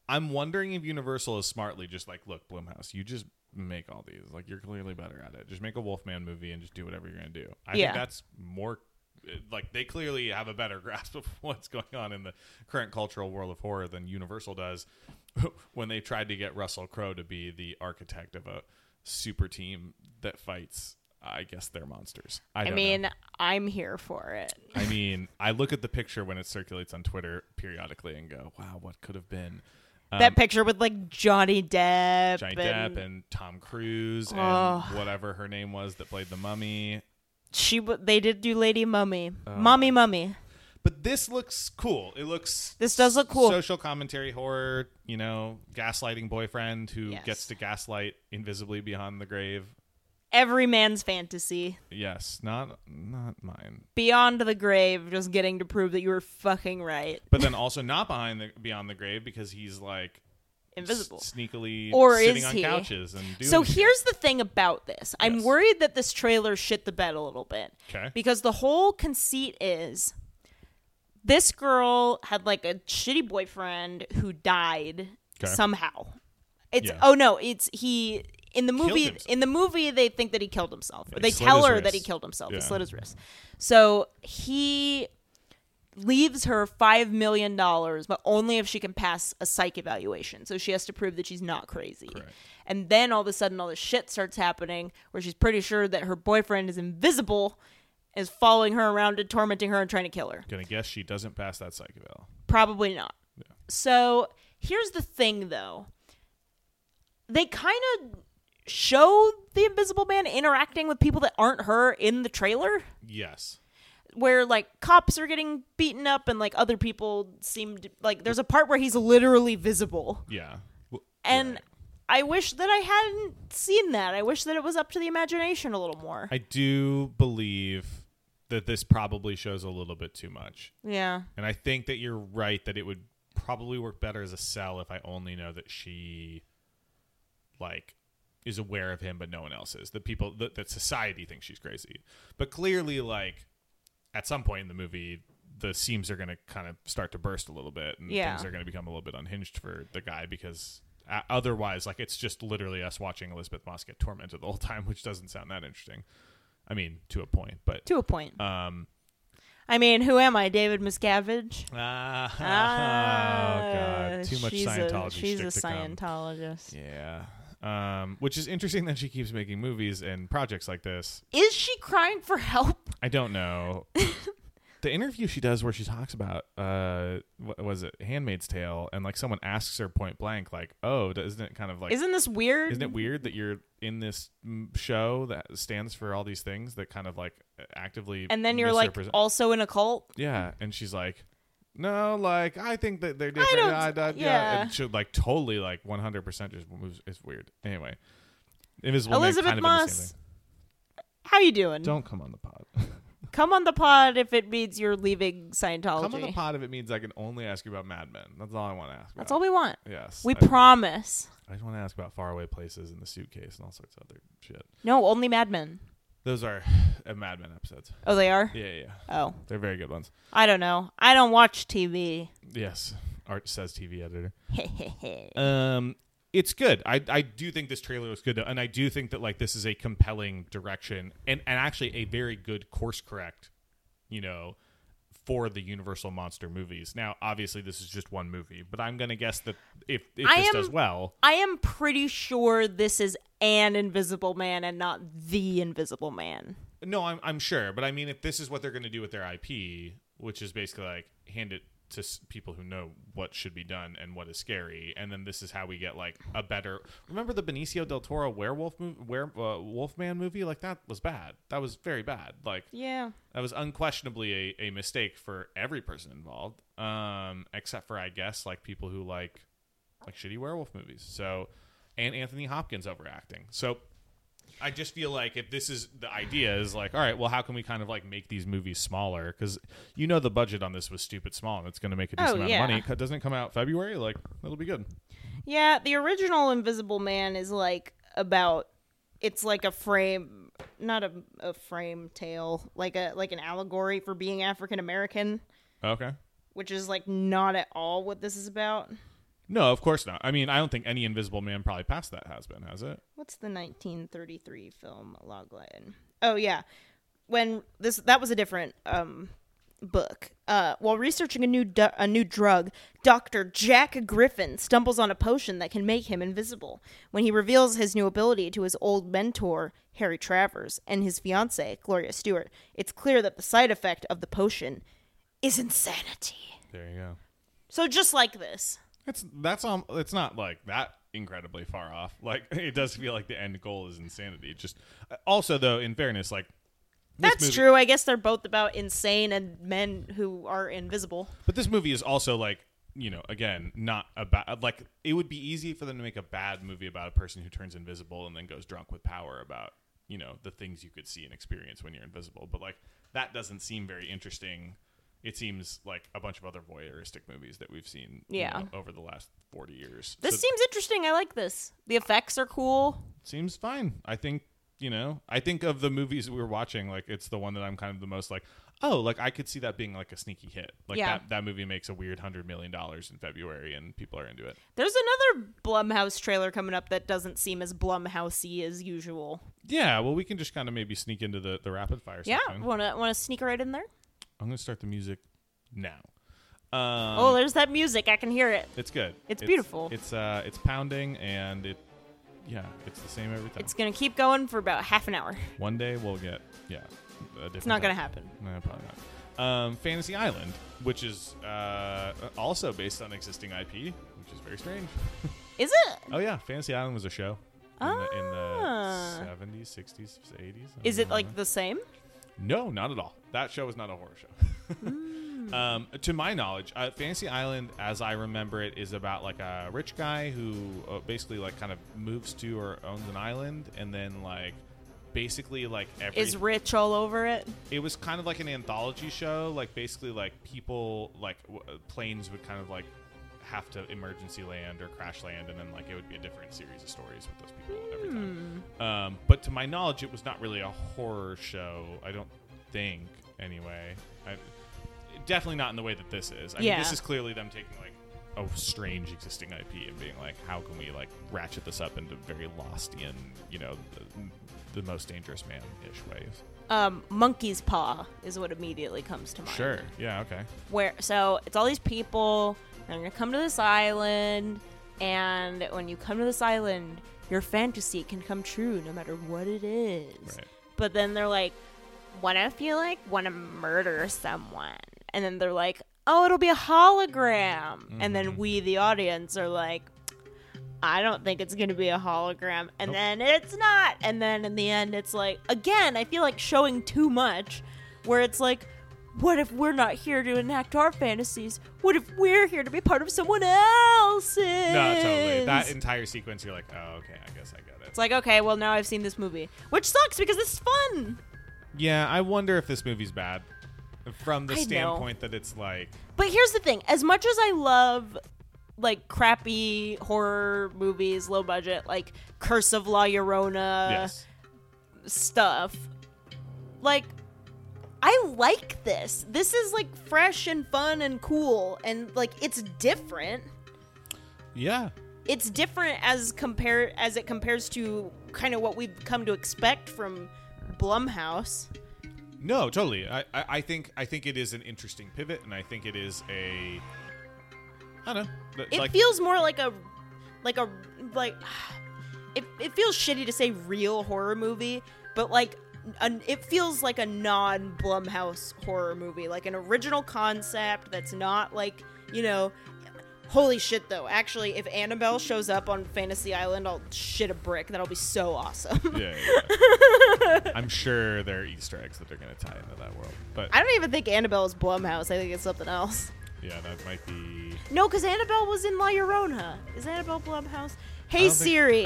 H: I'm wondering if Universal is smartly just like, look, Blumhouse, you just make all these. Like, you're clearly better at it. Just make a Wolfman movie and just do whatever you're going to do. I
G: Yeah.
H: think that's more eh, like they clearly have a better grasp of what's going on in the current cultural world of horror than Universal does when they tried to get Russell Crowe to be the architect of a super team that fights. I guess they're monsters. I,
G: I,
H: don't
G: mean,
H: know.
G: I'm here for it.
H: I mean, I look at the picture when it circulates on Twitter periodically and go, "Wow, what could have been?"
G: that
H: Um,
G: picture with like Johnny Depp,
H: Johnny
G: and,
H: Depp and Tom Cruise
G: Oh.
H: and whatever her name was that played the mummy.
G: she. w- They did do Lady Mummy,
H: Oh.
G: Mommy Mummy.
H: But this looks cool. It looks
G: This does look cool.
H: Social commentary horror, you know, gaslighting boyfriend who gets to gaslight invisibly beyond the grave.
G: Every man's fantasy.
H: Yes, not not mine.
G: Beyond the grave, just getting to prove that you were fucking right.
H: But then also not behind the beyond the grave because he's like
G: Invisible.
H: s- sneakily
G: or
H: sitting
G: is
H: on
G: he?
H: couches and doing
G: so
H: shit.
G: here's the thing about this. I'm worried that this trailer shit the bed a little bit.
H: 'Kay.
G: Because the whole conceit is this girl had like a shitty boyfriend who died
L: 'Kay.
G: somehow. It's
L: Yeah.
G: oh no, it's he in the
L: Killed
G: movie
L: himself.
G: in the movie they think that he killed himself.
L: Yeah, he
G: they
L: slit
G: tell
L: his
G: her that he
L: wrist.
G: killed himself.
L: Yeah.
G: He slit his wrist. So he leaves her five million dollars, but only if she can pass a psych evaluation. So she has to prove that she's not crazy. And then all of a sudden, all this shit starts happening where she's pretty sure that her boyfriend is invisible, is following her around and tormenting her and trying to kill her.
H: Gonna guess she doesn't pass that psych eval.
G: Probably not. So here's the thing, though. They kind of show the Invisible Man interacting with people that aren't her in the trailer
H: Yes.
G: where like cops are getting beaten up and like other people seem to, like there's a part where he's literally visible
H: Yeah. W-
G: and i wish that i hadn't seen that i wish that it was up to the imagination a little more
H: I do believe that this probably shows a little bit too much.
G: Yeah.
H: And I think that you're right that it would probably work better as a cell if I only know that she like is aware of him but no one else is. The people that, that society thinks she's crazy. But clearly like at some point in the movie, the seams are going to kind of start to burst a little bit, and
G: Yeah.
H: things are going to become a little bit unhinged for the guy because uh, otherwise, like it's just literally us watching Elizabeth Moss get tormented the whole time, which doesn't sound that interesting. I mean, to a point, but
G: To a point.
H: Um,
G: I mean, who am I, David Miscavige?
H: Ah, oh
G: Ah,
H: god, too much
G: she's a-
H: Scientology.
G: she's
H: shtick
G: a
H: to come.
G: Scientologist.
H: Yeah, um, which is interesting that she keeps making movies and projects like this.
G: Is she crying for help?
H: I don't know. the interview she does where she talks about uh what was it Handmaid's Tale and like someone asks her point blank like oh doesn't it kind of like
G: Isn't this weird?
H: isn't it weird that you're in this mm, show that stands for all these things that kind of like actively
G: And then you're like
H: misrepresent-
G: also in a cult.
H: yeah and she's like no like I think that they're different
G: Mm. don't-
H: I- I-
G: yeah.
H: and she like totally like 100 percent just moves it's weird anyway Invisible Man
G: Elizabeth
H: kind of did the same
G: Moss.
H: thing.
G: How you doing?
H: don't come on the pod
G: Come on the pod if it means you're leaving Scientology.
H: Come on the pod if it means I can only ask you about Mad Men. That's all I want to ask.
G: That's
H: about.
G: all we want.
H: Yes.
G: We
H: I-
G: promise.
H: I just want to ask about faraway places and the suitcase and all sorts of other shit.
G: No, only Mad Men.
H: Those are uh, Mad Men episodes.
G: Oh, they are?
H: Yeah, yeah. yeah.
G: Oh.
H: They're very good ones.
G: I don't know. I don't watch TV.
H: Yes. Art says TV editor. um it's good i i do think this trailer was good and i do think that like this is a compelling direction and and actually a very good course correct you know for the universal monster movies now obviously this is just one movie but i'm gonna guess that if if
G: I
H: this
G: am-
H: does well
G: I am pretty sure this is an Invisible Man and not the Invisible Man.
H: no i'm, I'm sure but i mean if this is what they're gonna do with their ip which is basically like hand it to s- people who know what should be done and what is scary and then this is how we get like a better remember the benicio del toro werewolf movie where uh, wolfman movie like that was bad that was very bad like
G: Yeah.
H: that was unquestionably a, a mistake for every person involved um except for i guess like people who like like shitty werewolf movies so and anthony hopkins overacting so i just feel like if this is the idea is like all right well how can we kind of like make these movies smaller because you know the budget on this was stupid small and it's going to make a decent
G: Oh,
H: amount
G: yeah.
H: of money It co- doesn't it come out february like it'll be good
G: Yeah, the original Invisible Man is like about it's like a frame not a, a frame tale, like a like an allegory for being African American,
H: okay
G: which is like not at all what this is about.
H: no of course not i mean i don't think any invisible man probably past that has been has it
G: What's the 1933 film Logline? Oh yeah, when this that was a different um book. Uh, while researching a new du- a new drug, Doctor Jack Griffin stumbles on a potion that can make him invisible. When he reveals his new ability to his old mentor Harry Travers and his fiancee Gloria Stewart, it's clear that the side effect of the potion is insanity.
H: there you go
G: So just like this.
H: It's that's um it's not like that incredibly far off. Like it does feel like the end goal is insanity. It Just uh, also though, in fairness, like this
G: That's
H: movie-
G: true. I guess they're both about insane and men who are invisible.
H: But this movie is also like you know again not about like it would be easy for them to make a bad movie about a person who turns invisible and then goes drunk with power about you know the things you could see and experience when you're invisible. But like that doesn't seem very interesting. It seems like a bunch of other voyeuristic movies that we've seen you
G: Yeah.
H: know, over the last 40 years.
G: This
H: So-
G: seems interesting. I like this. The effects are cool.
H: seems fine. I think you know. I think of the movies we were watching, like it's the one that I'm kind of the most like. Oh, like I could see that being like a sneaky hit. Like
G: Yeah.
H: that that movie makes a weird hundred million dollars in February, and people are into it.
G: There's another Blumhouse trailer coming up that doesn't seem as Blumhousey as usual.
H: Yeah, well, we can just kind of maybe sneak into the the rapid fire.
G: yeah,
H: section.
G: want to want to sneak right in there?
H: I'm gonna start the music now. Um,
G: oh, there's that music. I can hear it.
H: it's good.
G: It's beautiful.
H: It's uh, it's pounding, and it, yeah, it's the same every time.
G: It's gonna keep going for about half an hour.
H: One day we'll get yeah. A different
G: not gonna
H: type.
G: happen.
H: No, probably not. Um, Fantasy Island, which is uh, also based on existing IP, which is very strange.
G: Is it?
H: oh yeah, Fantasy Island was a show in, the, in
G: Ah.
H: the seventies, sixties, eighties.
G: Is it like the same?
H: No, not at all. That show is not a horror show.
G: Hmm.
H: um, to my knowledge, uh, Fantasy Island, as I remember it, is about like a rich guy who uh, basically like kind of moves to or owns an island, and then like basically like every
G: Is Rich all over it?
H: it was kind of like an anthology show like basically like people like w- uh, planes would kind of like have to emergency land or crash land and then like it would be a different series of stories with those people every time um, but to my knowledge it was not really a horror show i don't think anyway. I, definitely not in the way that this is. I mean,
G: Yeah.
H: this is clearly them taking like a strange existing IP and being like, how can we like ratchet this up into very Lostian, you know, the, the most dangerous man ish ways.
G: Um, monkey's paw is what immediately comes to mind.
H: Sure. Yeah. Okay.
G: where so it's all these people they're gonna come to this island and when you come to this island your fantasy can come true no matter what it is but then they're like what if you like want to murder someone and then they're like oh it'll be a hologram and
H: Mm-hmm.
G: then we the audience are like I don't think it's going to be a hologram. And
N: Nope.
G: then it's not. And then in the end, it's like, again, I feel like showing too much, where it's like, what if we're not here to enact our fantasies? What if we're here to be part of someone else's?
H: No, totally. That entire sequence, you're like, oh, okay, I guess I get it.
G: it's like, okay, well, now I've seen this movie, which sucks because this is fun.
H: Yeah, I wonder if this movie's bad from the
G: I know.
H: standpoint that it's like,
G: But here's the thing as much as I love like crappy horror movies, low budget, like Curse of La Llorona
H: Yes.
G: stuff, like I like this. This is like fresh and fun and cool and like it's different.
H: yeah,
G: It's different as compared as it compares to kind of what we've come to expect from Blumhouse.
H: No, totally. I, I, I think I think it is an interesting pivot, and I think it is a I don't know. th-
G: It
H: like,
G: feels more like a like a like it, it feels shitty to say real horror movie, but like an, it feels like a non Blumhouse horror movie, like an original concept that's not like, you know, holy shit though. Actually, if Annabelle shows up on Fantasy Island, I'll shit a brick. That'll be so awesome.
H: Yeah, yeah, yeah. I'm sure there are Easter eggs that are going to tie into that world, but
G: I don't even think Annabelle is Blumhouse. I think it's something else.
H: yeah, that might be.
G: No, because Annabelle was in La Llorona. Is Annabelle Blumhouse?
H: I
G: Hey
H: don't think-
G: Siri.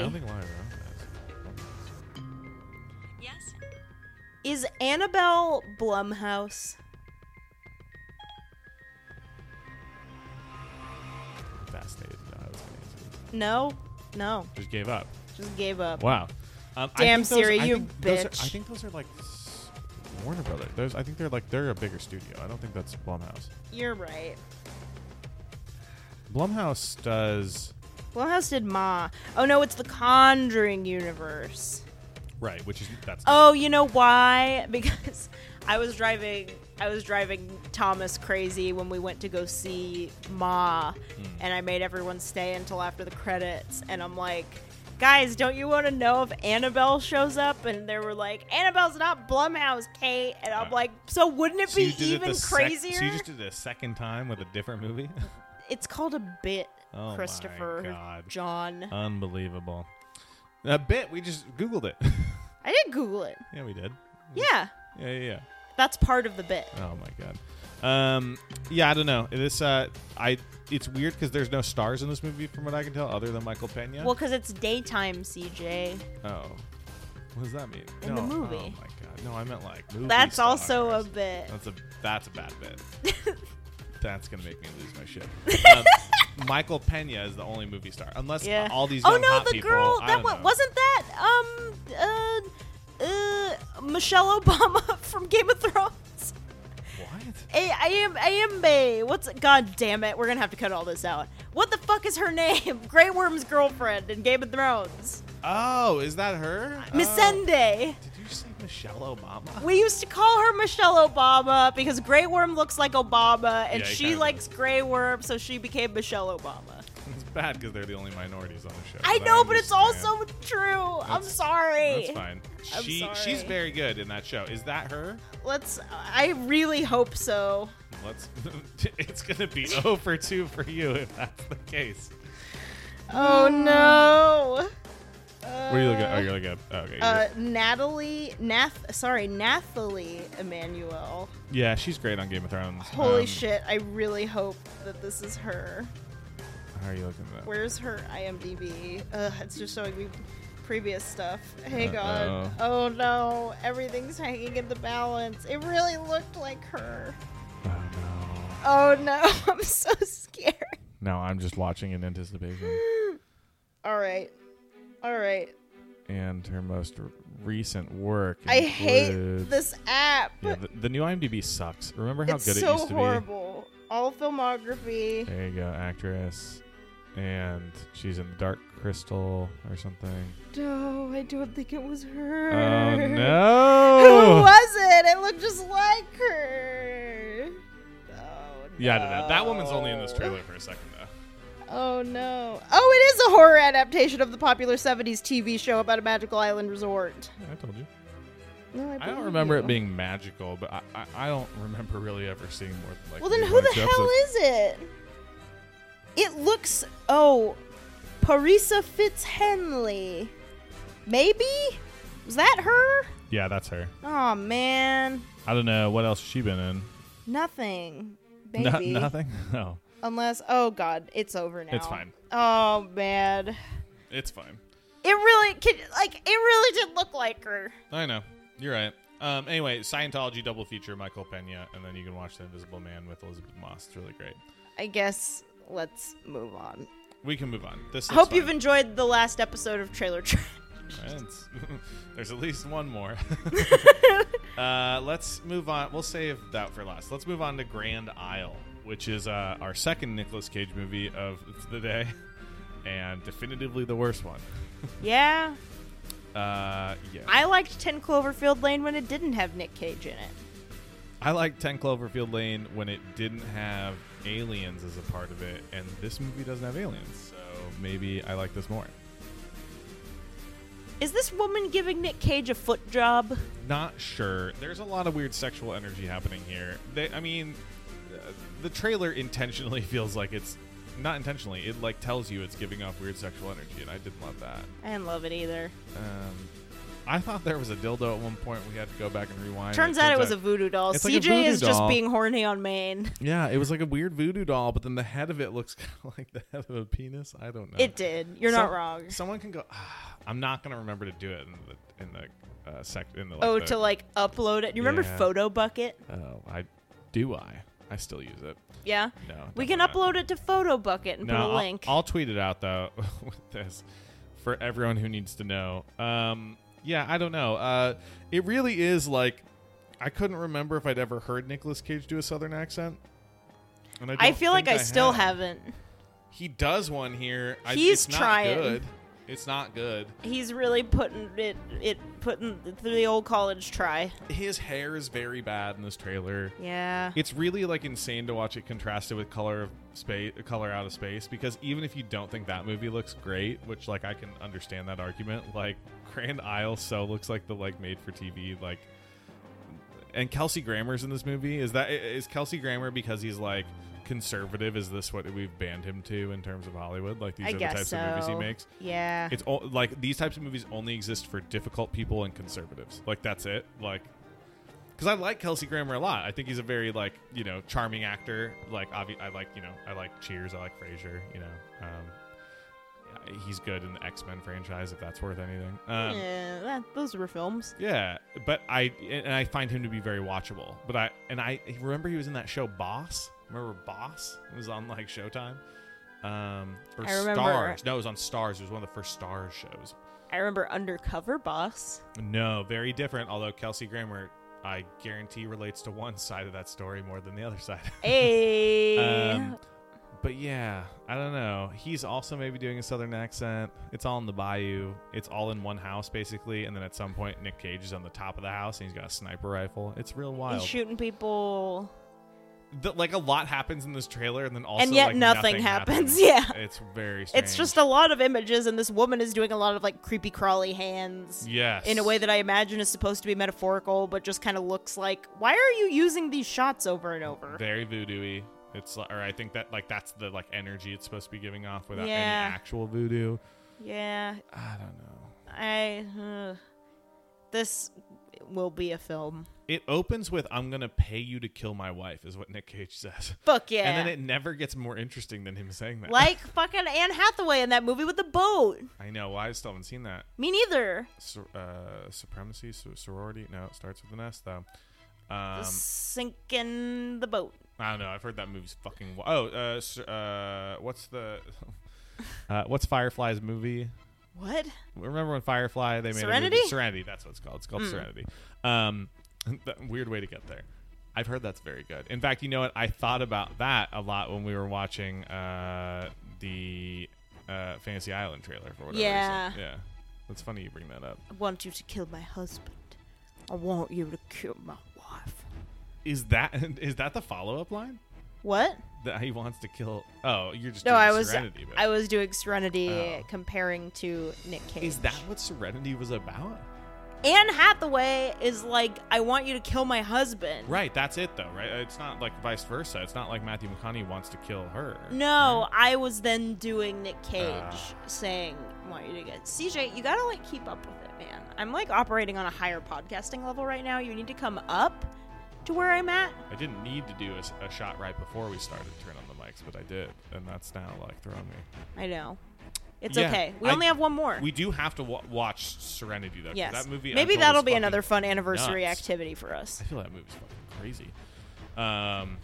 H: I don't think Lyra.
A: Yes.
G: Is Annabelle Blumhouse?
H: Fascinated. No, I was gonna answer.
G: No, no.
H: Just gave up.
G: Just gave up.
H: Wow. Um, I
G: Damn,
H: think those-
G: Siri,
H: I
G: you
H: think those are-
G: bitch.
H: I think those are like s- Warner Brothers. Those, I think they're like they're a bigger studio. I don't think that's Blumhouse.
G: You're right.
H: Blumhouse does
G: Blumhouse did Ma. Oh no, it's the Conjuring universe.
H: right, which is that's
G: Oh, you know why? Because I was driving I was driving Thomas crazy when we went to go see Ma
H: Hmm.
G: and I made everyone stay until after the credits and I'm like, "Guys, don't you want to know if Annabelle shows up?" and they were like, "Annabelle's not Blumhouse, Kate." And I'm
H: Uh,
G: like, "So wouldn't it
H: So
G: be
H: you did it
G: even
H: the sec-
G: crazier?"
H: so you just did it a second time with a different movie.
G: it's called a bit,
H: Oh my
G: Christopher
H: God.
G: John.
H: Unbelievable. A bit. We just googled it.
G: I did Google it.
H: yeah, we did.
G: Yeah,
H: Yeah, yeah.
G: that's part of the bit.
H: yeah. Oh my god. Um. Yeah, I don't know. This. Uh. I. It's weird because there's no stars in this movie, from what I can tell, other than Michael Pena.
G: Well, because it's daytime, CJ.
H: oh. What does that mean?
G: In the
H: No.
G: movie.
H: Oh my god. No, I meant like. Movie
G: That's
H: stars.
G: also a bit.
H: That's a. That's a bad bit. that's gonna make me lose my shit. Um, Michael Pena is the only movie star, unless
G: yeah.
H: all these.
G: Oh
H: young
G: no,
H: hot
G: the
H: people-
G: girl
H: I
G: that
H: don't
G: wa-
H: know.
G: wasn't that um uh, uh Michelle Obama from Game of Thrones.
H: What?
G: A- I am I am Bay. What's God damn it? We're gonna have to cut all this out. What the fuck is her name? Grey Worm's girlfriend in Game of Thrones.
H: Oh, is that her?
G: Miss
H: Oh.
G: Sende.
H: Did you say Michelle Obama?
G: We used to call her Michelle Obama because Grey Worm looks like Obama, and
H: Yeah, he
G: she
H: kinda
G: likes Grey Worm, so she became Michelle Obama.
H: It's bad because they're the only minorities on the show.
G: I
H: but
G: know, but it's
H: understand.
G: also true. I'm
H: That's-
G: sorry.
H: That's fine.
G: I'm
H: she
G: sorry.
H: she's very good in that show. Is that her?
G: Let's. I really hope so.
H: Let's. it's gonna be 0 for two for you if that's the case.
G: Oh no.
H: what are you looking? At? Oh, you're looking at. oh, okay. you're
G: Uh,
H: good.
G: Natalie Nath. Sorry, Nathalie Emmanuel.
H: yeah, she's great on Game of Thrones.
G: Holy
H: Um,
G: shit! I really hope that this is her.
H: How are you looking at?
G: Where's her IMDb? Ugh, it's just showing me previous stuff. Hang on.
H: Uh-oh.
G: Oh no, everything's hanging in the balance. It really looked like her. Oh no. Oh no, I'm so scared.
H: No, I'm just watching in anticipation.
G: All right. All right.
H: and her most r- recent work.
G: I hate
H: include-
G: this app.
H: Yeah, the, the new IMDb sucks. Remember how
G: It's
H: good
G: so
H: it used to
G: horrible. All filmography.
H: be? There you go, actress, and she's in Dark Crystal or something.
G: No, I don't think it was her.
H: Oh,
G: Who
H: no.
G: was it? It looked just like her. Oh,
H: Yeah, I don't know. That woman's only in this trailer for a second though.
G: Oh no. Oh, it is a horror adaptation of the popular 70s TV show about a magical island resort.
H: I told you.
G: No,
H: I don't
G: believe
H: remember
G: you.
H: it being magical, but I, I, I don't remember really ever seeing more than like.
G: well, then
H: maybe
G: who
H: one or
G: the
H: two
G: hell
H: episodes.
G: is it? It looks. Oh, Parisa Fitzhenley. Maybe? Was that her?
H: Yeah, that's her.
G: Oh, man.
H: I don't know what else has she been in.
G: Nothing.
H: No-
G: Maybe.
H: nothing. No,
G: Unless. Oh, God. It's over now.
H: It's fine.
G: Oh, man.
H: it's fine.
G: It really. Could, like, it really did look like her.
H: I know. You're right. Um, anyway, Scientology double feature, Michael Pena, and then you can watch The Invisible Man with Elizabeth Moss. It's really great.
G: I guess let's move on.
H: We can move on. This.
G: I
H: looks
G: hope you've
H: fine.
G: enjoyed the last episode of Trailer Trash.
H: It's- There's at least one more. uh, let's move on. We'll save that for last. Let's move on to Grand Isle, which is uh, our second Nicolas Cage movie of the day, and definitively the worst one.
G: yeah,
H: Uh, yeah,
G: I liked 10 Cloverfield Lane when it didn't have Nick Cage in it.
H: I like 10 Cloverfield Lane when it didn't have aliens as a part of it, and this movie doesn't have aliens, so maybe I like this more.
G: Is this woman giving Nick Cage a foot job?
H: Not sure. There's a lot of weird sexual energy happening here. They, I mean, uh, the trailer intentionally feels like it's not intentionally. It like tells you it's giving off weird sexual energy, and I didn't love that.
G: I didn't love it either.
H: Um, I thought there was a dildo at one point. We had to go back and rewind.
G: turns out it was a voodoo doll.
H: it's
G: CJ
H: like a voodoo
G: is just
H: doll.
G: being horny on Maine.
H: Yeah, it was like a weird voodoo doll, but then the head of it looks kind of like the head of a penis. I don't know.
G: It did. You're
H: Some-
G: not wrong.
H: Someone can go. "Ah, I'm not gonna remember to do it in the in the uh, sec in the. Like,
G: oh,
H: the-
G: to like upload it. You remember
H: Yeah.
G: Photo Bucket?
H: Oh, I do. I I still use it.
G: Yeah.
H: No,
G: we can
H: definitely
G: upload it to Photo Bucket and
H: No,
G: put a
H: I'll-
G: link.
H: I'll, tweet it out though with this for everyone who needs to know. Um, yeah, I don't know. Uh, it really is like I couldn't remember if I'd ever heard Nicolas Cage do a southern accent. And
G: I,
H: don't
G: feel like
H: think
G: I still
H: have.
G: haven't.
H: He does one here. I,
G: He's
H: it's not
G: trying.
H: Good. It's not good.
G: He's really putting it it putting th- the old college try.
H: His hair is very bad in this trailer.
G: Yeah.
H: It's really like insane to watch it contrasted with color of space, color out of space. Because even if you don't think that movie looks great, which like I can understand that argument, like Grand Isle so looks like the like made for TV like. And Kelsey Grammer's in this movie. Is that is Kelsey Grammer because he's like conservative? Is this what we've banned him to in terms of Hollywood? Like these
G: I
H: are the
G: guess
H: types of movies he
G: so.
H: makes.
G: Yeah.
H: It's all, like these types of movies only exist for difficult people and conservatives. Like that's it. Like because I like Kelsey Grammer a lot. I think he's a very like you know charming actor. Like obvi- I like you know I like Cheers. I like Frasier. You know, um, he's good in the X Men franchise if that's worth anything. Um,
G: yeah, that- those were films.
H: yeah, but I and I find him to be very watchable. But I and I remember he was in that show Boss. Remember Boss? It was on like Showtime. Um, or
G: I remember-
H: Stars? No, it was on Stars. It was one of the first Stars shows.
G: I remember Undercover Boss.
H: No, very different. Although Kelsey Grammer, I guarantee, relates to one side of that story more than the other side.
G: Eh. Hey.
H: Um, but yeah, I don't know. He's also maybe doing a southern accent. It's all in the bayou. It's all in one house basically, and then at some point Nick Cage is on the top of the house and he's got a sniper rifle. It's real wild.
G: He's shooting people.
H: The- like a lot happens in this trailer, and then also
G: And yet
H: like,
G: nothing happens, yeah.
H: it's very. Strange.
G: It's just a lot of images, and this woman is doing a lot of like creepy crawly hands.
H: Yes.
G: In a way that I imagine is supposed to be metaphorical, but just kind of looks like, why are you using these shots over and over?
H: very voodoo-y. It's li- or I think that like that's the like energy it's supposed to be giving off without
G: Yeah.
H: any actual voodoo.
G: Yeah.
H: I don't know.
G: I. Uh, this will be a film.
H: It opens with "I'm gonna pay you to kill my wife" is what Nick Cage says.
G: Fuck yeah.
H: And then it never gets more interesting than him saying that.
G: Like fucking Anne Hathaway in that movie with the boat.
H: I know. Why I still haven't seen that.
G: Me neither.
H: Sor- uh, supremacy, so- sorority. No, it starts with an S though. Um,
G: Sinking the boat.
H: I don't know. I've heard that movie's fucking. Wa- oh, uh, s- uh, what's the, uh, what's Firefly's movie?
G: What?
H: Remember when Firefly they made
G: Serenity?
H: a movie? Serenity? That's what it's called. It's called
G: Mm.
H: Serenity. Um, that weird way to get there. I've heard that's very good. In fact, you know what? I thought about that a lot when we were watching uh, the uh, Fantasy Island trailer for whatever
G: Yeah.
H: reason. Yeah. That's funny you bring that up.
G: I want you to kill my husband. I want you to kill my wife.
H: Is that is that the follow up line?
G: What?
H: That he wants to kill? Oh, you're just
G: No,
H: doing
G: I was
H: Serenity. But
G: I was doing Serenity
H: Oh.
G: comparing to Nick Cage.
H: Is that what Serenity was about?
G: Anne Hathaway is like, I want you to kill my husband.
H: Right, that's it though, right? It's not like vice versa. It's not like Matthew McConaughey wants to kill her.
G: No, I was then doing Nick Cage
H: Mm-hmm. Ah.
G: saying, I want you to get CJ, you gotta like keep up with it, man. I'm like operating on a higher podcasting level right now. You need to come up to where I'm at.
H: I didn't need to do a s- a, shot right before we started to turn on the mics, but I did, and that's now like throwing me.
G: I know. It's
H: Yeah,
G: okay. We
H: I-
G: only have one more.
H: We do have to wa- watch Serenity though. 'cause
G: yes.
H: that movie.
G: Maybe
H: untold
G: that'll
H: is
G: be
H: fucking
G: another fun anniversary
H: nuts.
G: activity for us.
H: I feel that movie's fucking crazy. Um,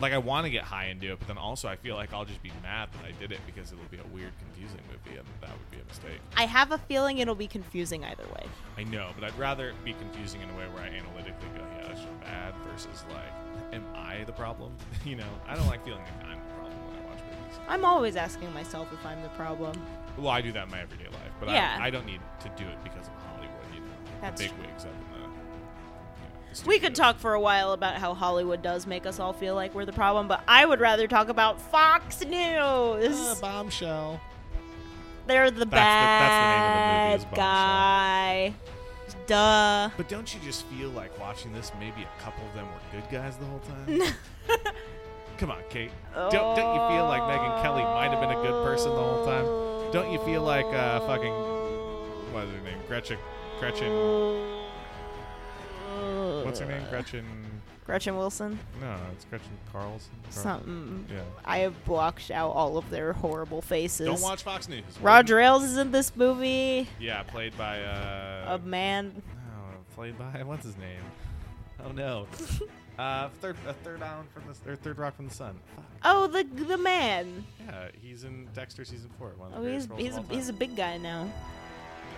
H: like I want to get high and do it, but then also I feel like I'll just be mad that I did it because it'll be a weird, confusing movie, and that would be a mistake.
G: I have a feeling it'll be confusing either way.
H: I know, but I'd rather it be confusing in a way where I analytically go, yeah, that's just bad, versus like, am I the problem? you know, I don't like feeling like I'm the problem when I watch movies.
G: I'm always asking myself if I'm the problem.
H: Well, I do that in my everyday life, but
G: Yeah.
H: I, I don't need to do it because of Hollywood. You know,
G: That's
H: the big
G: true.
H: wigs up in the. you know, the
G: We
H: studio.
G: could talk for a while about how Hollywood does make us all feel like we're the problem, but I would rather talk about Fox News.
H: Ah, bombshell.
G: They're the bad
H: That's the- that's the name of the movie is
G: guy. Duh.
H: But don't you just feel like watching this? Maybe a couple of them were good guys the whole time. Come on, Kate. Don't, don't you feel like Megan Kelly might have been a good person the whole time? Don't you feel like uh, fucking what is her name? Gretchen. Gretchen. What's her name? Gretchen.
G: Gretchen Wilson.
H: No, it's Gretchen Carlson. Carl-
G: Something.
H: Yeah.
G: I have blocked out all of their horrible faces.
H: Don't watch Fox News.
G: Roger Ailes is in this movie.
H: Yeah, played by uh,
G: a man.
H: Oh, played by what's his name? Oh no, uh, third a third island from the or third rock from the sun. Fuck.
G: Oh, the the man.
H: Yeah, he's in Dexter season four. One of the
G: Oh, he's
H: greatest roles of
G: he's a,
H: all time.
G: he's a big guy now.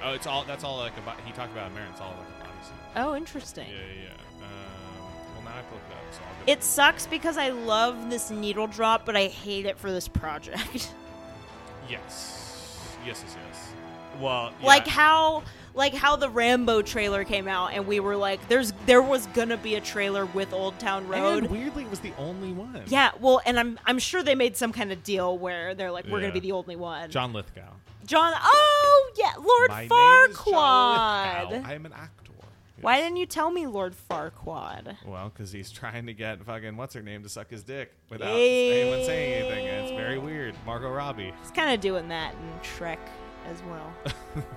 H: Oh, it's all that's all like about. He talked about Marin. It's all like a body scene.
G: Oh, interesting.
H: Yeah, yeah. yeah. Um, well, now I have to look it up. So I'll go-
G: It sucks because I love this needle drop, but I hate it for this project.
H: Yes, yes, yes, yes. Well, yeah.
G: like how like how the Rambo trailer came out and we were like there's there was going to be a trailer with Old Town Road.
H: And weirdly, it was the only one.
G: yeah, well, and I'm I'm sure they made some kind of deal where they're like we're going
H: Yeah.
G: to be the only one.
H: John Lithgow.
G: John Oh, yeah, Lord
H: My name is John
G: Farquaad.
H: Lithgow. I'm an actor.
G: Why didn't you tell me Lord Farquaad?
H: Well, because he's trying to get fucking what's her name to suck his dick without anyone saying anything. and It's very weird. Margot Robbie.
G: It's kind of doing that in Shrek as well.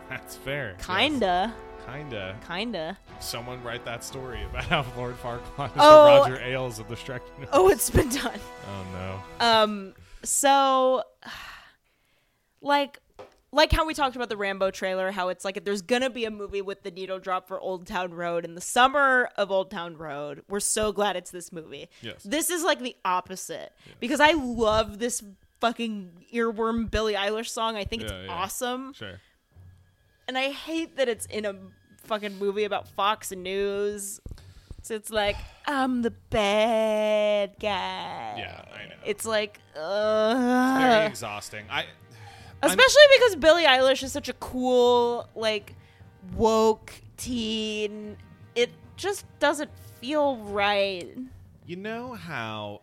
H: That's fair. yes.
G: Kinda.
H: Kinda.
G: Kinda.
H: Someone write that story about how Lord Farquaad is
G: Oh.
H: the Roger Ailes of the Shrek. universe.
G: Oh, it's been done.
H: Oh no.
G: Um, so, like, like how we talked about the Rambo trailer, how it's like there's gonna be a movie with the needle drop for Old Town Road in the summer of Old Town Road. We're so glad it's this movie.
L: Yes.
G: This is like the opposite because I love this fucking earworm Billie Eilish song. I think
H: Yeah,
G: it's
H: yeah.
G: awesome,
H: Sure.
G: and I hate that it's in a fucking movie about Fox News. So it's like I'm the bad guy.
H: Yeah, I know.
G: It's like,
H: It's very
G: uh,
H: exhausting. I
G: especially because Billie Eilish is such a cool, like, woke teen. It just doesn't feel right.
H: You know how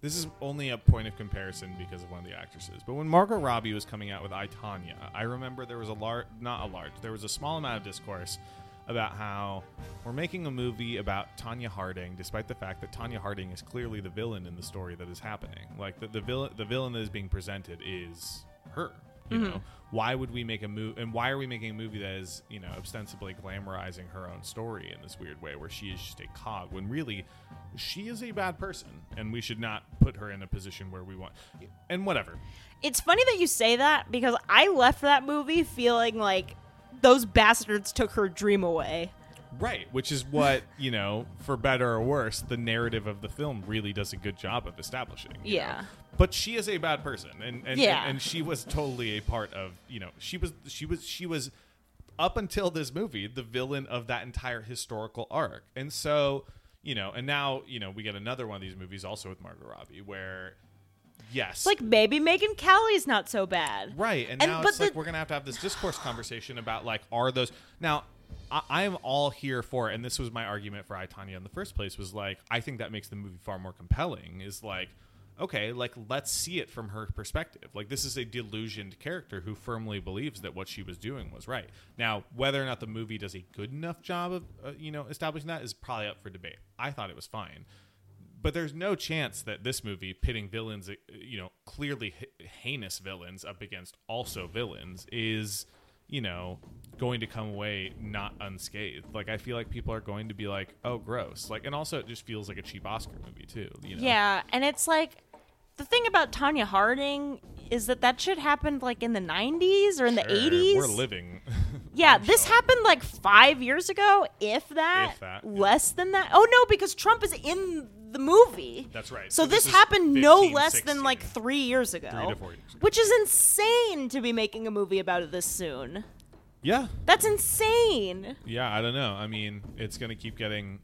H: this is only a point of comparison because of one of the actresses, but when Margot Robbie was coming out with I Tanya, I remember there was a large, not a large, there was a small amount of discourse about how we're making a movie about Tanya Harding, despite the fact that Tanya Harding is clearly the villain in the story that is happening. Like the the villain, the villain that is being presented is her. You
N: Mhm.
H: know, why would we make a movie and why are we making a movie that is you know ostensibly glamorizing her own story in this weird way where she is just a cog when really she is a bad person and we should not put her in a position where we want and whatever
G: It's funny that you say that because I left that movie feeling like those bastards took her dream away.
H: Right, which is what, you know, for better or worse, the narrative of the film really does a good job of establishing. you
G: Yeah.
H: know? But she is a bad person and and,
G: Yeah.
H: and and she was totally a part of, you know, she was she was she was up until this movie the villain of that entire historical arc. And so, you know, and now, you know, we get another one of these movies also with Margot Robbie where yes.
G: It's like maybe Megan Callie's not so bad.
H: Right, and,
G: And-
H: now
G: but
H: it's like
G: the-
H: we're gonna have to have this discourse conversation about like are those now. I, I'm all here for, and this was my argument for Itania in the first place was like I think that makes the movie far more compelling. Is like okay, like let's see it from her perspective. Like this is a delusioned character who firmly believes that what she was doing was right. Now whether or not the movie does a good enough job of uh, you know establishing that is probably up for debate. I thought it was fine but there's no chance that this movie pitting villains uh, you know clearly h- heinous villains up against also villains is you know going to come away not unscathed like i feel like people are going to be like oh gross like and also it just feels like a cheap oscar movie too you know
G: Yeah, and it's like the thing about Tanya Harding is that that shit happened like in the 90s or in the
H: Sure,
G: 80s.
H: we're living
G: Yeah, this happened like five years ago, if that,
H: If that, yeah.
G: less than that. Oh no, because Trump is in the movie.
H: That's right.
G: So,
H: So
G: this,
H: this is
G: happened no
H: 15,
G: less than like three years ago,
H: Three to four years ago.
G: which is insane to be making a movie about it this soon.
H: yeah
G: That's insane.
H: yeah i don't know i mean it's gonna keep getting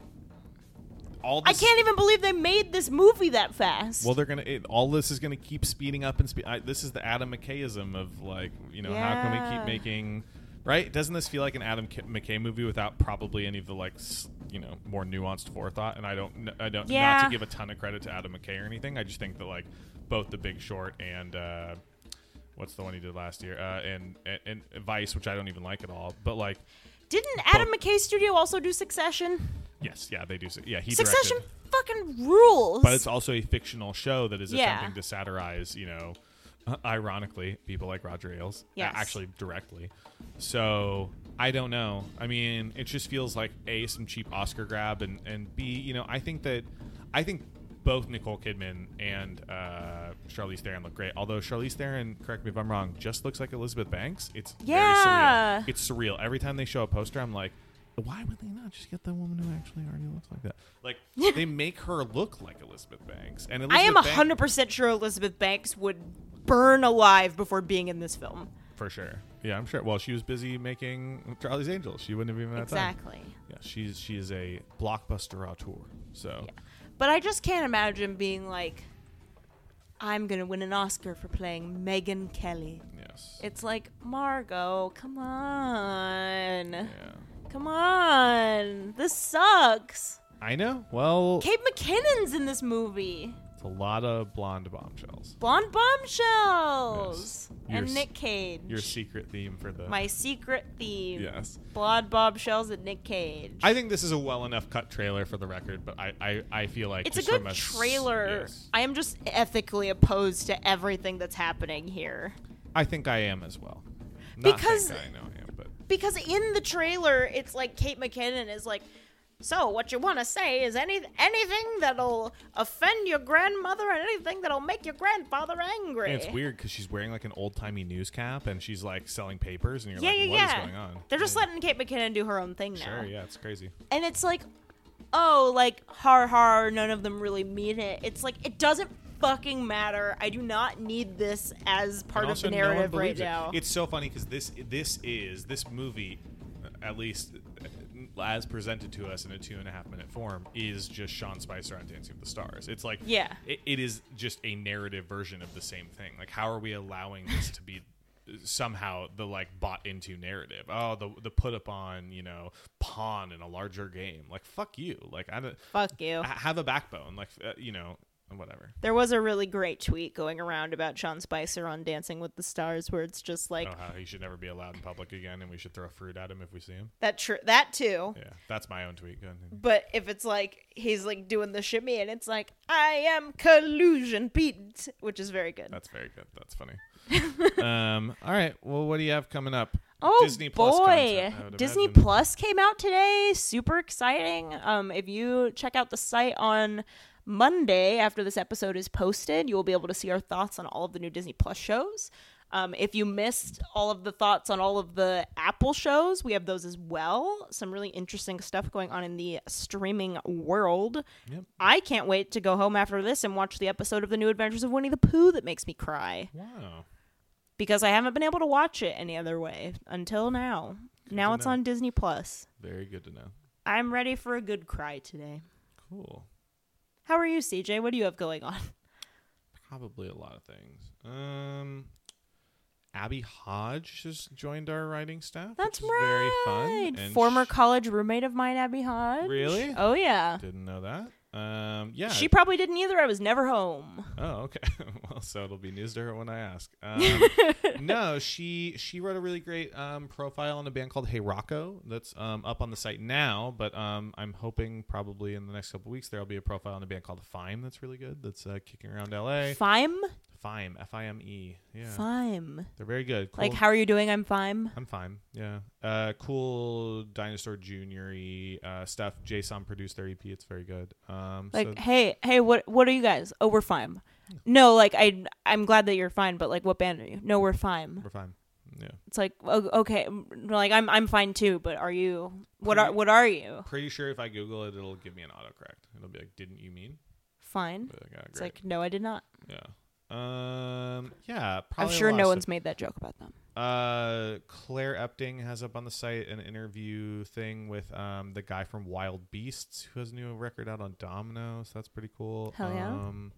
H: all
G: I
H: this
G: can't even believe they made this movie that fast.
H: Well, they're gonna. It, all this is gonna keep speeding up and speed. I, this is the Adam McKayism of like, you know, how can we
G: Yeah.
H: keep making? Right? Doesn't this feel like an Adam K- McKay movie without probably any of the like, s- you know, more nuanced forethought? And I don't, kn- I don't. Not
G: Yeah.
H: to give a ton of credit to Adam McKay or anything. I just think that like both The Big Short and. uh What's the one he did last year? Uh, and, and and Vice, which I don't even like at all. But like,
G: Didn't Adam McKay Studio also do Succession?
H: yes, yeah, they do. s- Yeah, he
G: Succession
H: directed.
G: fucking rules.
H: But it's also a fictional show that is
G: Yeah.
H: attempting to satirize, you know, uh, ironically, people like Roger Ailes. uh,
G: Yes.
H: Actually, directly. So I don't know. I mean, it just feels like A, some cheap Oscar grab, and, and B, you know, I think that, I think both Nicole Kidman and uh, Charlize Theron look great. Although Charlize Theron, correct me if I'm wrong, just looks like Elizabeth Banks. It's
G: Yeah.
H: very surreal. It's surreal. Every time they show a poster, I'm like, why would they not just get the woman who actually already looks like that? Like they make her look like Elizabeth Banks, and Elizabeth
G: I am
H: Banks,
G: hundred percent sure Elizabeth Banks would burn alive before being in this film.
H: for sure. Yeah, I'm sure. Well, she was busy making Charlie's Angels. She wouldn't have even had
G: Exactly.
H: Time. Yeah, she's she is a blockbuster auteur. So
G: But I just can't imagine being like, I'm gonna win an Oscar for playing Megan Kelly.
H: yes,
G: It's like Margot, come on, come on, this sucks.
H: I know. Well,
G: Kate McKinnon's in this movie.
H: it's a lot of blonde bombshells.
G: Blonde bombshells
H: Yes. Your
G: and
H: s-
G: Nick Cage.
H: Your secret theme for the
G: My secret theme.
H: Yes.
G: Blonde bombshells and Nick Cage.
H: I think this is a well enough cut trailer for the record, but I I, I feel like
G: it's a
H: just
G: good
H: from s-
G: trailer.
H: yes.
G: I am just ethically opposed to everything that's happening here.
H: I think I am as well. Not
G: Because-
H: think I know I am, but
G: Because in the trailer, it's like Kate McKinnon is like, so what you want to say is any anything that'll offend your grandmother and anything that'll make your grandfather angry.
H: And it's weird because she's wearing like an old timey news cap and she's like selling papers, and you're
G: Yeah,
H: like,
G: yeah,
H: "What is
G: yeah.
H: going on?
G: They're just letting Kate McKinnon do her own thing now.
H: Sure, yeah, it's crazy.
G: And it's like, oh, like har har, none of them really mean it. It's like it doesn't fucking matter. I do not need this as part
H: And
G: of the
H: also, no one
G: narrative right
H: believes it.
G: now.
H: It's so funny because this this is this movie, at least uh, as presented to us in a two and a half minute form, is just Sean Spicer on Dancing with the Stars. It's like
G: Yeah.
H: it, it is just a narrative version of the same thing. Like, how are we allowing this to be? uh, somehow the like bought into narrative oh the the put upon you know pawn in a larger game like fuck you like i don't
G: Fuck you.
H: ha- have a backbone like uh, you know whatever
G: There was a really great tweet going around about Sean Spicer on Dancing with the Stars, where it's just like
H: oh, how he should never be allowed in public again, and we should throw fruit at him if we see him.
G: that. Tr- that too.
H: Yeah, that's my own tweet. Go ahead.
G: But if it's like he's like doing the shimmy, and it's like I am collusion beat, which is very good.
H: That's very good. That's funny. um, all right. Well, what do you have coming up?
G: Oh
H: Disney
G: boy,
H: Plus content, I would
G: Disney
H: imagine.
G: Plus came out today. Super exciting. Um, if you check out the site on Monday after this episode is posted, you will be able to see our thoughts on all of the new Disney Plus shows. Um, if you missed all of the thoughts on all of the Apple shows, we have those as well. Some really interesting stuff going on in the streaming world.
H: Yep.
G: I can't wait to go home after this and watch the episode of The New Adventures of Winnie the Pooh that makes me cry
H: Wow.
G: because I haven't been able to watch it any other way until now. now
H: to
G: it's
H: know.
G: on Disney Plus.
H: Very good to know.
G: I'm ready for a good cry today.
H: Cool.
G: How are you, CJ? What do you have going on?
H: Probably a lot of things. Um, Abby Hodge has joined our writing staff.
G: That's
H: which is Very fun.
G: Right.
H: And
G: Former college roommate of mine, Abby Hodge.
H: she- really?
G: Oh yeah.
H: Didn't know that. Um, yeah.
G: She probably didn't either. I was never home.
H: Oh, okay. well, so it'll be news to her when I ask. Um, no, she she wrote a really great um, profile on a band called Hey Rocco that's um, up on the site now. But um, I'm hoping probably in the next couple weeks there'll be a profile on a band called Fime that's really good that's uh, kicking around L.A.
G: Fime?
H: Fime, F I M E. Yeah.
G: Fime.
H: They're very good.
G: Like,
H: Cool-
G: how are you doing? I'm fine.
H: I'm fine. Yeah. Uh, cool dinosaur juniory uh, stuff. Jason produced their EP. It's very good. Um,
G: Like,
H: so-
G: hey, hey, what, what are you guys? Oh, we're fine. No, like I, I'm glad that you're fine, but like, what band are you? No, we're fine.
H: We're fine. Yeah.
G: It's like, o- okay, m- like I'm, I'm fine too, but are you? What are, what are you?
H: Pretty sure if I Google it, it'll give me an autocorrect. It'll be like, "Didn't you mean?"
G: Fine.
H: But, yeah,
G: It's
H: great.
G: like, no, I did not.
H: Yeah. Um. Yeah.
G: I'm
H: Probably a
G: sure
H: lot
G: no
H: of
G: one's
H: stuff.
G: made that joke about them.
H: Uh, Claire Epting has up on the site an interview thing with um the guy from Wild Beasts who has a new record out on Domino, so that's pretty cool.
G: Hell yeah.
H: Um,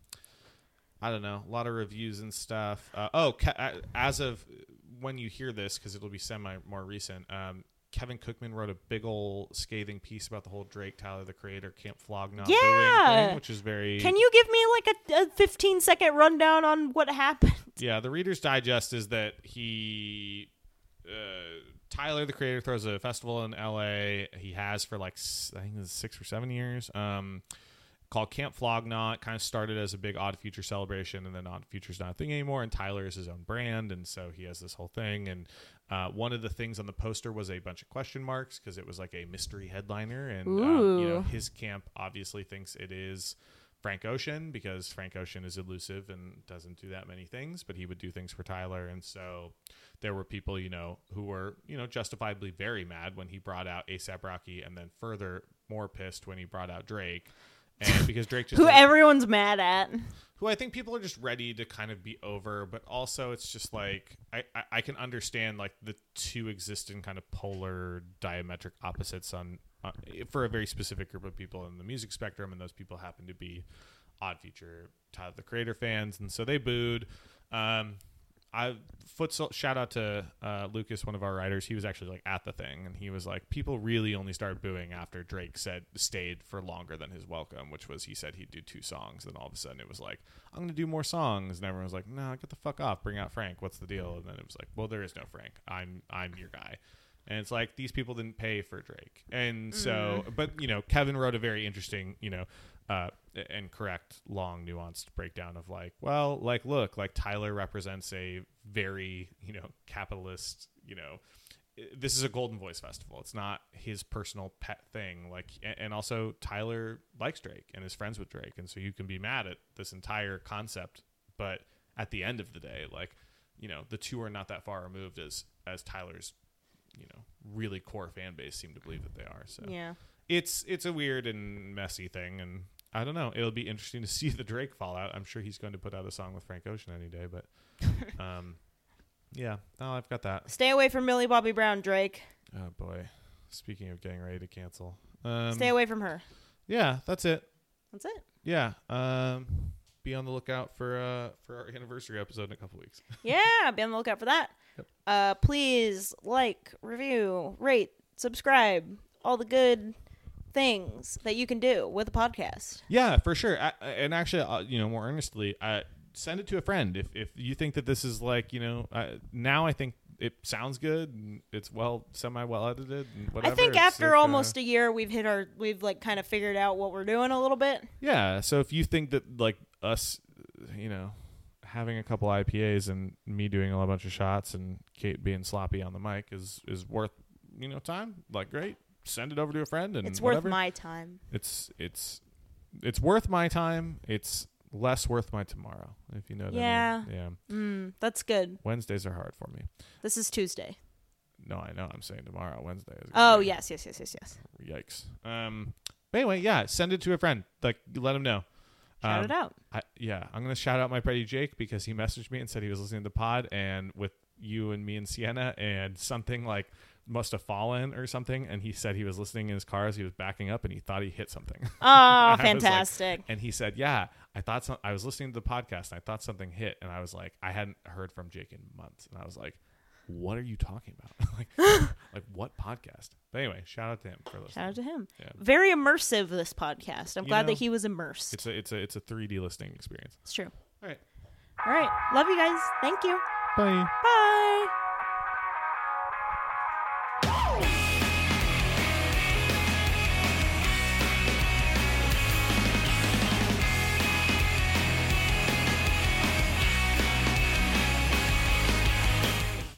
H: I don't know, a lot of reviews and stuff. Uh, oh, Ke- uh, as of when you hear this, because it'll be semi more recent. Um, Kevin Cookman wrote a big ol' scathing piece about the whole Drake Tyler the Creator Camp Flog not booing
G: Yeah.
H: thing, which is very
G: Can you give me like a, a 15 second rundown on what happened?
H: yeah, the Reader's Digest is that he, uh, Tyler, the creator, throws a festival in L.A. He has for like s- I think it was six or seven years. Um, called Camp Flognot. Kind of started as a big Odd Future celebration, and then Odd Future's not a thing anymore. And Tyler is his own brand, and so he has this whole thing. And uh, one of the things on the poster was a bunch of question marks because it was like a mystery headliner, and um, you know
G: Ooh.
H: his camp obviously thinks it is Frank Ocean because Frank Ocean is elusive and doesn't do that many things, but he would do things for Tyler. And so there were people, you know, who were, you know, justifiably very mad when he brought out ASAP Rocky and then further more pissed when he brought out Drake. And because Drake just
G: Who
H: doesn't-
G: everyone's mad at.
H: who I think people are just ready to kind of be over, but also it's just like I, I, I can understand like the two existing kind of polar diametric opposites on uh, for a very specific group of people in the music spectrum, and those people happen to be Odd Future, Tyler the Creator fans, and so they booed. Um, I foot sol- shout out to uh, Lucas, one of our writers. He was actually like at the thing, and he was like, people really only started booing after Drake said stayed for longer than his welcome, which was he said he'd do two songs. Then all of a sudden it was like, I'm gonna do more songs, and everyone was like, No, get the fuck off, bring out Frank. What's the deal? And then it was like, Well, there is no Frank. I'm I'm your guy. And it's like these people didn't pay for Drake, and so, but you know, Kevin wrote a very interesting, you know, uh, and correct, long, nuanced breakdown of like, well, like, look, like Tyler represents a very, you know, capitalist, you know, this is a Golden Voice Festival. It's not his personal pet thing. Like, a- and also Tyler likes Drake and is friends with Drake, and so you can be mad at this entire concept, but at the end of the day, like, you know, the two are not that far removed as as Tyler's, you know, really core fan base seem to believe that they are. So
G: Yeah.
H: it's it's a weird and messy thing and I don't know. It'll be interesting to see the Drake fallout. I'm sure he's going to put out a song with Frank Ocean any day, but um yeah, no, I've got that.
G: Stay away from Millie Bobby Brown, Drake.
H: Oh boy. Speaking of getting ready to cancel. Um
G: Stay away from her.
H: Yeah, that's it.
G: That's it.
H: Yeah. Um be on the lookout for uh for our anniversary episode in a couple weeks.
G: Yeah, be on the lookout for that. Uh, please like, review, rate, subscribe, all the good things that you can do with a podcast.
H: Yeah, for sure. I, I- and actually, uh, you know, more earnestly, uh, send it to a friend if if you think that this is like you know. Uh, now I think it sounds good. And it's well, semi well edited. And whatever.
G: I think
H: it's
G: after
H: like, uh,
G: almost a year, we've hit our, we've like kind of figured out what we're doing a little bit.
H: yeah. So if you think that like us, you know, having a couple IPAs and me doing a whole bunch of shots and Kate being sloppy on the mic is is worth you know time, like great. Send it over to a friend and
G: It's worth
H: whatever.
G: my time.
H: It's it's it's worth my time. It's less worth my tomorrow, if you know what
G: yeah.
H: I mean. Yeah.
G: Mm, that's good.
H: Wednesdays are hard for me.
G: This is Tuesday.
H: No, I know. I'm saying tomorrow, Wednesday. Is
G: Oh, yes, yes, yes, yes, yes.
H: Yikes. Um. But anyway, yeah. Send it to a friend. Like, let him know.
G: Shout
H: Um,
G: it out.
H: I, yeah, I'm gonna shout out my buddy Jake because he messaged me and said he was listening to the pod and with you and me and Sienna and something like must have fallen or something and he said he was listening in his car as he was backing up and he thought he hit something. And I was like-
G: fantastic.
H: and he said, "Yeah, I thought some, I was listening to the podcast and I thought something hit and I was like, I hadn't heard from Jake in months and I was like, what are you talking about? like, like what podcast? But anyway, shout out to him for listening.
G: Shout out to him.
H: Yeah.
G: Very immersive this podcast. I'm
H: You
G: glad
H: know,
G: that he was immersed.
H: It's a it's a it's a 3D listening experience.
G: It's true.
H: All right.
G: All right. Love you guys. Thank you.
H: Bye.
G: Bye.